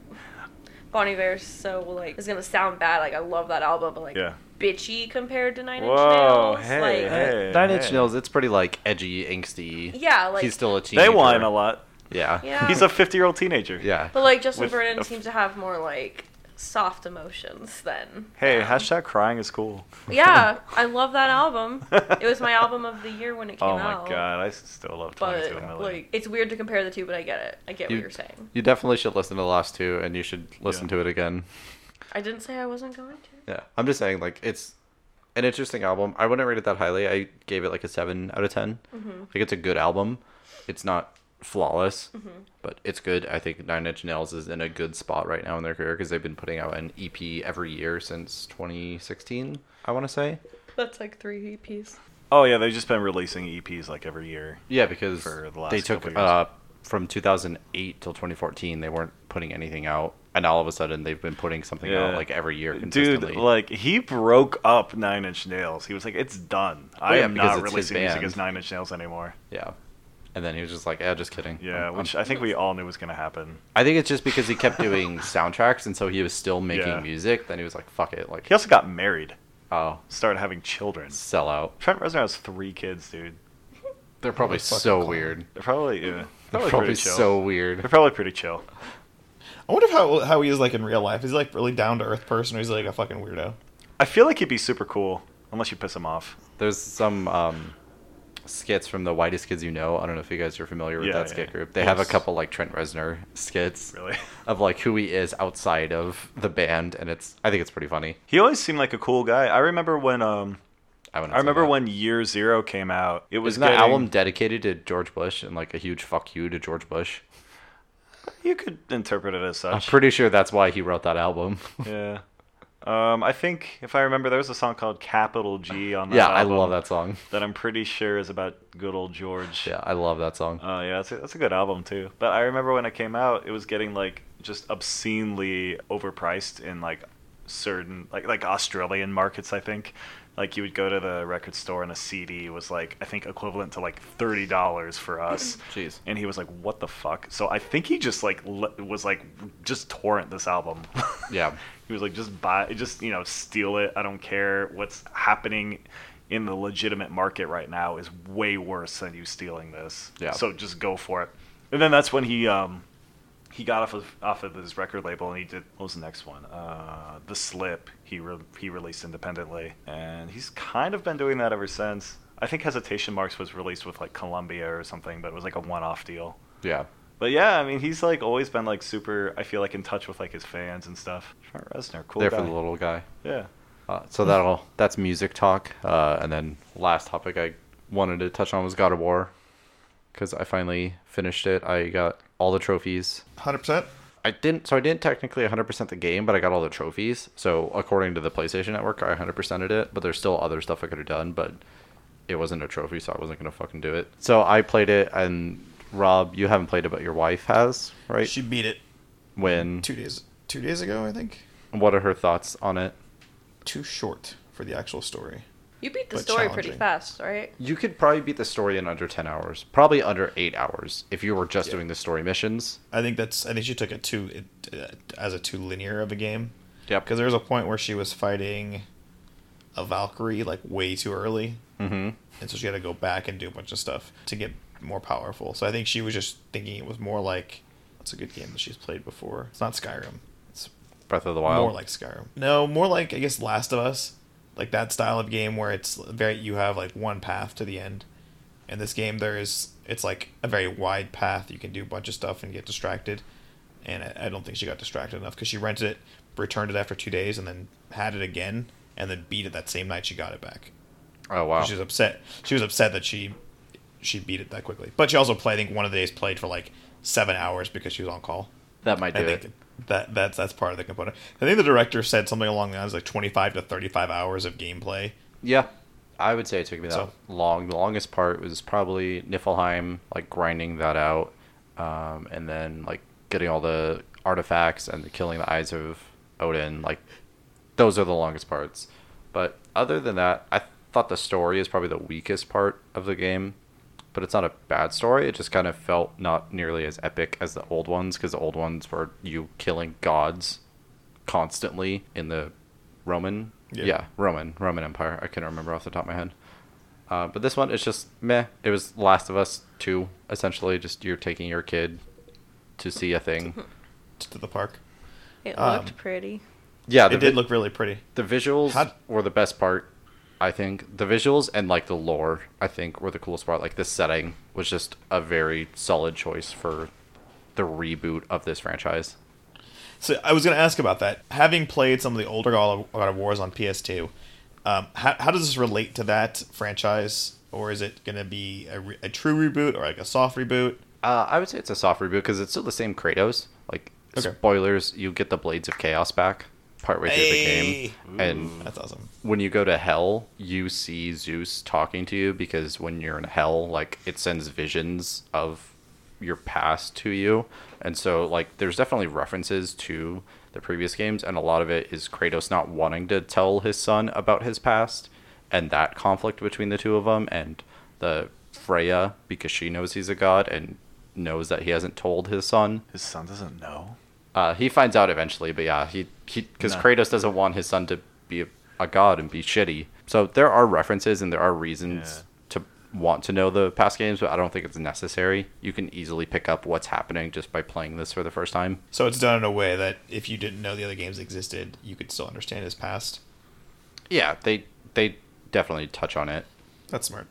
S2: Bon Iver's so like it's gonna sound bad. Like I love that album, but like
S1: Yeah.
S2: bitchy compared to Nine
S1: Whoa,
S2: Inch Nails.
S1: hey,
S2: like,
S1: hey.
S4: Nine Inch
S1: hey.
S4: Nails, it's pretty like edgy, angsty.
S2: Yeah, like-
S4: he's still a teenager.
S1: They whine a lot.
S4: Yeah. <laughs>
S2: Yeah.
S1: He's a 50 year old teenager.
S4: Yeah.
S2: But like Justin
S1: With
S2: Vernon
S1: a f-
S2: seems to have more like soft emotions than
S1: Hey, hashtag crying is cool.
S2: yeah. I love that album. It was my album of the year when it came
S1: <laughs> Oh my
S2: out.
S1: god, I still love 22
S2: But
S1: million.
S2: like it's weird to compare the two, but I get it. I get what you're saying.
S4: You definitely should listen to the last two, and you should listen
S1: Yeah.
S4: to it again.
S2: I didn't say I wasn't going to.
S4: Yeah, I'm just saying, like, it's an interesting album. I wouldn't rate it that highly. I gave it like a seven out of 10
S2: Mm-hmm.
S4: Like, it's a good album. It's not flawless,
S2: Mm-hmm.
S4: but it's good. I think Nine Inch Nails is in a good spot right now in their career because they've been putting out an EP every year since 2016. I want to say.
S2: That's like three E EPs.
S1: oh yeah, they've just been releasing EPs like every year.
S4: Yeah, because
S1: For the last
S4: they took
S1: couple years.
S4: uh, from 2008 till 2014, they weren't putting anything out, and all of a sudden they've been putting something out
S1: Yeah.
S4: like every year consistently.
S1: Dude, like he broke up Nine Inch Nails. He was like, "It's done. I
S4: Oh, yeah,
S1: am
S4: because
S1: not
S4: it's his
S1: releasing music
S4: band.
S1: as Nine Inch Nails anymore."
S4: yeah, and then he was just like, "Yeah, just kidding."
S1: Yeah,
S4: I'm-
S1: which
S4: I'm-
S1: I think we all knew was gonna happen.
S4: I think it's just because he
S1: <laughs>
S4: kept doing soundtracks, and so he was still making
S1: Yeah.
S4: music. Then he was like, "Fuck it," like,
S1: He also got married,
S4: oh,
S1: started having children.
S4: sell out.
S1: Trent Reznor has three kids, dude.
S4: They're probably
S3: fucking
S4: so
S3: clown.
S4: weird.
S1: They're probably yeah,
S4: They're
S1: probably,
S4: probably
S1: pretty chill.
S4: so
S1: They're
S4: weird.
S1: probably pretty chill.
S3: I wonder how how he is like in real life. Is he like really down to earth person, or is he like a fucking weirdo?
S1: I feel like he'd be super cool unless you piss him off.
S4: There's some um, skits from the Whitest Kids You Know. I don't know if you guys are familiar with
S1: Yeah,
S4: that
S1: yeah.
S4: skit group. They have a
S3: Yes.
S4: couple like Trent Reznor skits
S1: Really, <laughs>
S4: of like who he is outside of the band, and it's I think it's pretty funny.
S1: he always seemed like a cool guy. I remember when um
S4: I, wouldn't
S1: I remember
S4: say that.
S1: when Year Zero came out. It was
S4: Isn't that
S1: getting-
S4: album dedicated to George Bush and like a huge fuck you to George Bush.
S1: You could interpret it as
S4: I'm
S1: such.
S4: pretty sure that's why he wrote that album.
S1: <laughs> yeah. Um, I think if I remember, there was a song called Capital G on that
S4: <laughs> yeah, I
S1: album
S4: love that song.
S1: that I'm pretty sure is about good old George.
S4: Yeah, I love that song.
S1: Oh yeah, that's a, that's a good album too. But I remember when it came out, it was getting like just obscenely overpriced in like certain like like Australian markets. I think like you would go to the record store and a CD was like I think equivalent to like thirty dollars for us.
S4: <clears throat> Jeez.
S1: And he was like, "What the fuck?" So I think he just like le- was like, "Just torrent this album." <laughs>
S4: Yeah.
S1: He was like, just buy, just you know, steal it. I don't care what's happening in the legitimate market right now is way worse than you stealing this.
S4: Yeah.
S1: So just go for it. And then that's when he um he got off of off of his record label and he did what was the next one? Uh, The Slip. He re- he released independently and he's kind of been doing that ever since. I think Hesitation Marks was released with like Columbia or something, but it was like a one-off deal.
S4: Yeah.
S1: But yeah, I mean, he's like always been like super. I feel like in touch with like his fans and stuff. Trent Reznor, cool
S4: there
S1: guy.
S4: for the little guy.
S1: yeah.
S4: Uh, so that'll that's music talk. Uh, and then last topic I wanted to touch on was God of War, because I finally finished it. I got all the trophies.
S3: Hundred percent.
S4: I didn't, so I didn't technically 100% the game, but I got all the trophies. So according to the PlayStation Network, I 100%ed it. But there's still other stuff I could have done, but it wasn't a trophy, so I wasn't gonna fucking do it. So I played it, and Rob, you haven't played it, but your wife has, right?
S3: She beat it
S1: Mm.
S4: when
S3: two days two days ago, I think.
S4: what are her thoughts on it?
S3: Too short for the actual story.
S2: You beat the
S3: But
S2: story pretty
S3: challenging.
S2: fast, right?
S4: You could probably beat the story in under 10 hours, probably under 8 hours if you were just doing the story missions.
S3: I think that's. I think she took it too it, uh, as a too linear of a game.
S4: Yep.
S3: Because there was a point where she was fighting a Valkyrie like way too early,
S4: Mhm.
S3: and so she had to go back and do a bunch of stuff to get more powerful. So I think she was just thinking it was more like that's a good game that she's played before. It's not Skyrim. It's
S4: Breath of the Wild.
S3: more like Skyrim. No, more like I guess Last of Us, like that style of game where it's very you have like one path to the end. In this game, there is it's like a very wide path. You can do a bunch of stuff and get distracted. And I, I don't think she got distracted enough because she rented it, returned it after two days, and then had it again, and then beat it that same night she got it back.
S4: oh wow.
S3: She was upset. She was upset that she she beat it that quickly. But she also played. I think one of the days played for like seven hours because she was on call.
S4: that might do
S3: I think
S4: it.
S3: that that's that's part of the component. I think the director said something along the lines like twenty five to thirty five hours of gameplay.
S4: Yeah. I would say it took me that
S3: So-
S4: long. The longest part was probably Niflheim, like grinding that out, um, and then like getting all the artifacts and killing the eyes of Odin. Like those are the longest parts. But other than that, I thought the story is probably the weakest part of the game. But it's not a bad story. It just kind of felt not nearly as epic as the old ones because the old ones were you killing gods constantly in the Roman,
S3: Yeah.
S4: yeah, Roman Roman Empire. I can't remember off the top of my head. Uh, but this one, it's just meh. It was Last of Us two, essentially. Just you're taking your kid to see
S3: <laughs>
S4: a thing.
S3: To the park,
S2: It
S3: Um,
S2: looked pretty.
S4: Yeah, the
S3: it did
S4: vi-
S3: look really pretty.
S4: the visuals
S3: How-
S4: were the best part. I think the visuals and like the lore, I think, were the coolest part. Like this setting was just a very solid choice for the reboot of this franchise.
S3: So I was going to ask about that. Having played some of the older God of, God of Wars on PS2, um, how, how does this relate to that franchise, or is it going to be a, re- a true reboot or like a soft reboot?
S4: Uh, I would say it's a soft reboot because it's still the same Kratos. Like
S3: Okay.
S4: spoilers, you get the Blades of Chaos back partway through
S3: Hey!
S4: the game, and
S3: That's awesome.
S4: when you go to hell, you see Zeus talking to you because when you're in hell, like it sends visions of your past to you. And so like there's definitely references to the previous games and a lot of it is Kratos not wanting to tell his son about his past and that conflict between the two of them and the Freya because she knows he's a god and knows that he hasn't told his son.
S1: His son doesn't know.
S4: Uh, he finds out eventually, but yeah, he because
S1: No.
S4: Kratos doesn't want his son to be a, a god and be shitty. So there are references and there are reasons to want to know the past games, but I don't think it's necessary. You can easily pick up what's happening just by playing this for the first time.
S3: So it's done in a way that if you didn't know the other games existed, you could still understand his past.
S4: Yeah, they they definitely touch on it.
S3: That's smart.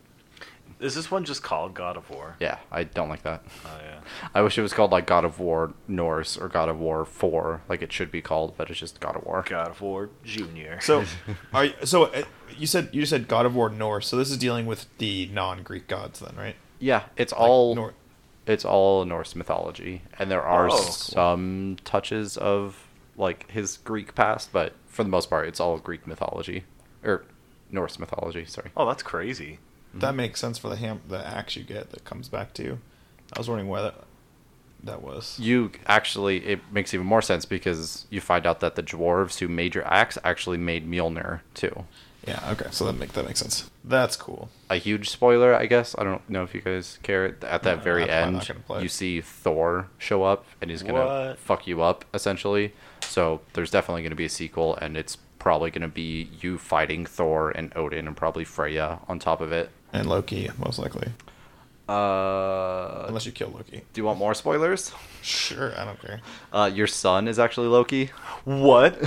S1: Is this one just called God of War?
S4: Yeah, I don't like that. <laughs>
S1: Oh yeah.
S4: I wish it was called like God of War Norse or God of War Four, like it should be called, but it's just God of War.
S1: God of War Junior.
S3: So, are you, so uh, you said you said God of War Norse. So this is dealing with the non-Greek gods, then, right?
S4: Yeah, it's
S3: Like
S4: all
S3: Nor-
S4: it's all Norse mythology, and there are
S1: Oh, cool.
S4: some touches of like his Greek past, but for the most part, it's all Greek mythology or Norse mythology. Sorry.
S1: <laughs> oh, that's crazy.
S3: That makes sense for the ham the axe you get that comes back to you. I was wondering why that that was.
S4: You actually, it makes even more sense because you find out that the dwarves who made your axe actually made Mjolnir too.
S3: Yeah. Okay. So that make that makes sense. That's cool.
S4: A huge spoiler, I guess. I don't know if you guys care. At that
S3: No,
S4: very
S3: I'm not- I'm not
S4: end,
S3: gonna play it.
S4: you see Thor show up, and he's gonna
S1: What?
S4: fuck you up essentially. So there's definitely gonna be a sequel, and it's probably gonna be you fighting Thor and Odin, and probably Freya on top of it.
S3: And Loki, most likely,
S4: Uh,
S3: unless you kill Loki.
S4: do you want more spoilers?
S3: Sure, I don't care.
S4: Uh, your son is actually Loki.
S1: What?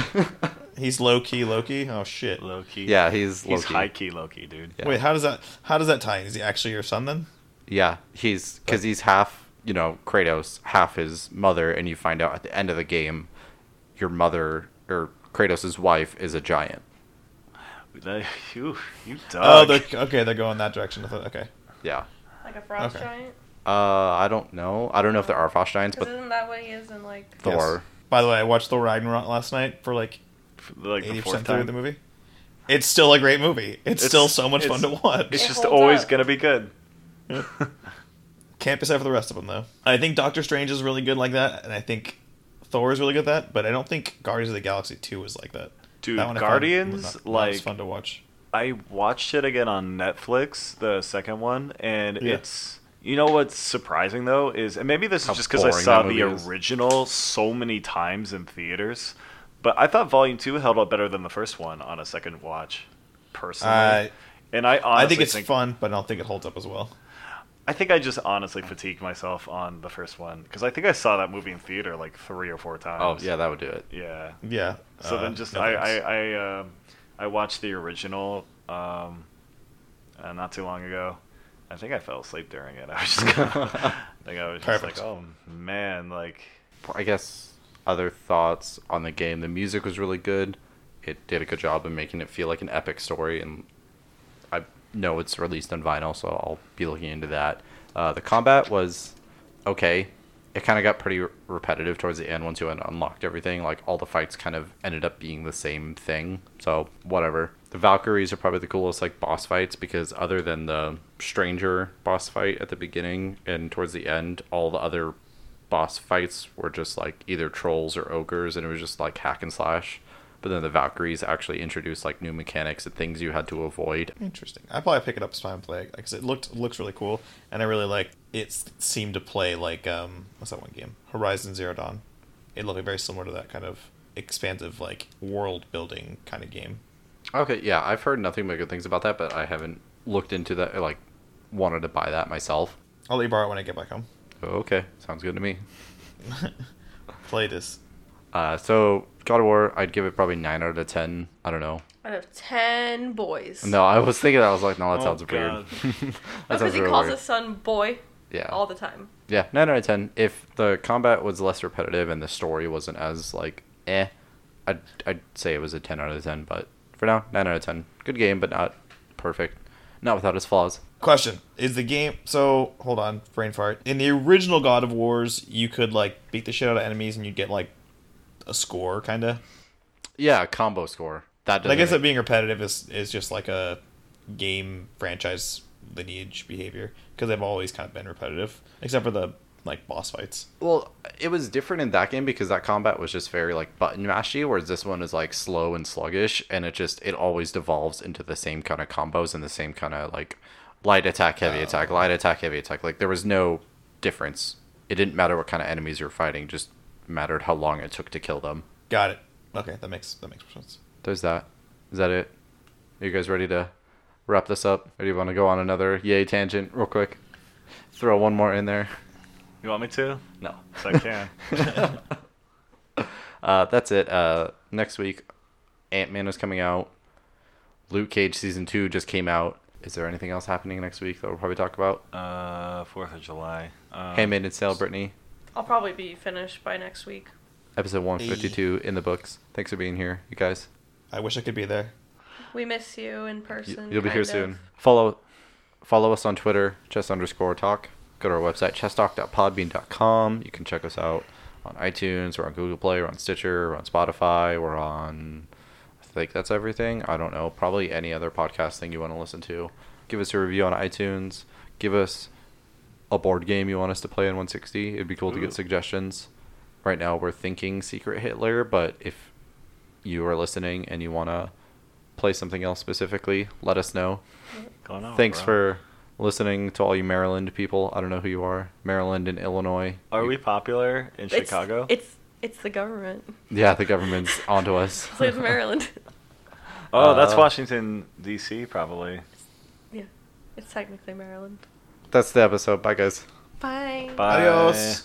S3: He's low key Loki. Oh shit.
S1: Loki.
S4: Yeah, he's
S1: He's
S4: Loki.
S1: high key Loki, dude.
S4: Yeah.
S3: Wait, how does that how does that tie? in? Is he actually your son then?
S4: Yeah, he's because he's half, you know, Kratos, half his mother, and you find out at the end of the game, your mother or Kratos' wife is a giant.
S1: That- <laughs> You, you
S3: Oh,
S1: dug.
S3: they're, okay. They're going that direction. I thought- Okay.
S4: Yeah.
S2: Like a frost
S3: Okay.
S2: giant?
S4: Uh, I don't know. I don't know if there are frost giants,
S2: Because
S4: but
S2: isn't that what he is in like.
S3: Yes.
S4: Thor.
S3: By the way, I watched Thor Ragnarok last night for like
S1: like
S3: eighty
S1: the fourth
S3: percent through
S1: time.
S3: the movie. It's still a great movie.
S1: It's-
S3: It's, still so much
S1: it's-
S3: fun to watch.
S1: It's
S2: It
S1: just
S2: holds
S1: always
S2: up.
S1: gonna be good.
S3: <laughs> Can't be said for the rest of them though. I think Doctor Strange is really good like that, and I think Thor is really good at that. But I don't think Guardians of the Galaxy Two is like that.
S1: Dude,
S3: that one I found
S1: Guardians,
S3: was not- not as
S1: like-
S3: fun to watch.
S1: I watched it again on Netflix, the second one, and
S3: Yeah.
S1: it's you know what's surprising though is and maybe this is
S4: How
S1: just because I
S4: boring
S1: saw
S4: that
S1: the
S4: movie is.
S1: original so many times in theaters, but I thought Volume Two held up better than the first one on a second watch, personally.
S3: Uh,
S1: and I honestly
S3: I think it's fun, but I don't think it holds up as well.
S1: I think I just honestly fatigued myself on the first one because I think I saw that movie in theater like three or four
S4: Oh
S1: times.
S4: yeah, that would do it.
S1: yeah.
S3: Yeah.
S1: So
S3: uh,
S1: then just
S3: no
S1: I
S3: thanks.
S1: I I, um I watched the original um, uh, not too long ago. I think I fell asleep during it. <laughs> I was just kind of, I think I was just
S3: Perfect.
S1: like, oh man, like
S4: I guess other thoughts on the game. The music was really good. It did a good job of making it feel like an epic story, and I know it's released on vinyl, so I'll be looking into that. Uh, the combat was okay. It kind of got pretty re- repetitive towards the end once you un- unlocked everything. Like all the fights kind of ended up being the same thing. So whatever. The Valkyries are probably the coolest like boss fights because other than the Stranger boss fight at the beginning and towards the end, all the other boss fights were just like either trolls or ogres, and it was just like hack and slash. But then the Valkyries actually introduced like new mechanics and things you had to avoid
S3: Interesting. I probably pick it up sometime and play it because it looked looks really cool, and I really like it. s- Seemed to play like um, what's that one game? Horizon Zero Dawn. It looked very similar to that kind of expansive like world building kind of game.
S4: Okay, yeah, I've heard nothing but good things about that, but I haven't looked into that. Like, wanted to buy that myself.
S3: I'll let you borrow it when I get back home. <laughs>
S4: Okay, sounds good to me.
S3: Play this.
S4: Uh, so God of War, I'd give it probably nine out of ten. I don't know.
S2: Out of ten boys.
S4: No, I was thinking that I was like, no, that
S1: Oh,
S4: sounds weird.
S1: God.
S4: that
S2: because
S4: sounds
S2: Oh, he
S4: really
S2: calls
S4: weird.
S2: his son boy
S4: Yeah,
S2: all the time.
S4: yeah, nine out of ten. If the combat was less repetitive and the story wasn't as like eh, I'd I'd say it was a ten out of ten. But for now, nine out of ten. Good game, but not perfect. Not without its flaws.
S3: Question is the game so? Hold on, brain fart. In the original God of Wars, you could like beat the shit out of enemies and you'd get like a score, kind of.
S4: Yeah, combo score. That
S3: And I guess
S4: doesn't-
S3: that being repetitive is is just like a game franchise lineage behavior because they've always kind of been repetitive, except for the like boss fights.
S4: Well, it was different in that game because that combat was just very like button mashy, whereas this one is like slow and sluggish, and it just it always devolves into the same kind of combos and the same kind of like light attack, heavy attack, light attack, heavy attack. Like there was no difference. It didn't matter what kind of enemies you're fighting; just mattered how long it took to kill them.
S3: Got it. Okay, that makes that makes sense.
S4: There's that. Is that it? Are you guys ready to wrap this up, or do you want to go on another yay tangent real quick? Throw one more in there.
S1: you want me to?
S4: No.
S1: Yes, I can.
S4: Uh, that's it. Uh, next week, Ant Man is coming out. Luke Cage season two just came out. Is there anything else happening next week that we'll probably talk about?
S1: uh, Fourth of July. Um,
S4: Handmaid's Tale, Brittany,
S2: I'll probably be finished by next week.
S4: episode one fifty two in the books. Thanks for being here, you guys.
S3: I wish I could be there.
S2: We miss you in
S4: You,
S2: person.
S4: will be here
S2: kind
S4: soon.
S2: of.
S4: Follow, follow us on Twitter, chess underscore talk. Go to our website, chesstalk.podbean.com. You can check us out on iTunes, we're on Google Play, we're on Stitcher, we're on Spotify, we're on I think that's everything. I don't know. Probably any other podcast thing you want to listen to. Give us a review on iTunes. Give us a board game you want us to play in 160. It'd be cool to
S1: Ooh.
S4: get suggestions. Right now, we're thinking Secret Hitler, but if you are listening and you want to play something else specifically, let us know.
S1: Going on,
S4: Thanks
S1: bro.
S4: for listening to all you Maryland people. I don't know who you are. Maryland and Illinois.
S1: Are
S4: You-
S1: we popular in
S2: It's-
S1: Chicago?
S2: It's it's the government.
S4: Yeah,
S2: <laughs>
S4: the government's onto us.
S2: So
S4: <laughs>
S2: it's Maryland. <laughs>
S1: oh, that's
S4: Uh,
S1: Washington D.C. Probably.
S2: yeah, it's technically Maryland.
S4: That's the episode. Bye, guys.
S2: Bye.
S1: Bye.
S3: Adios.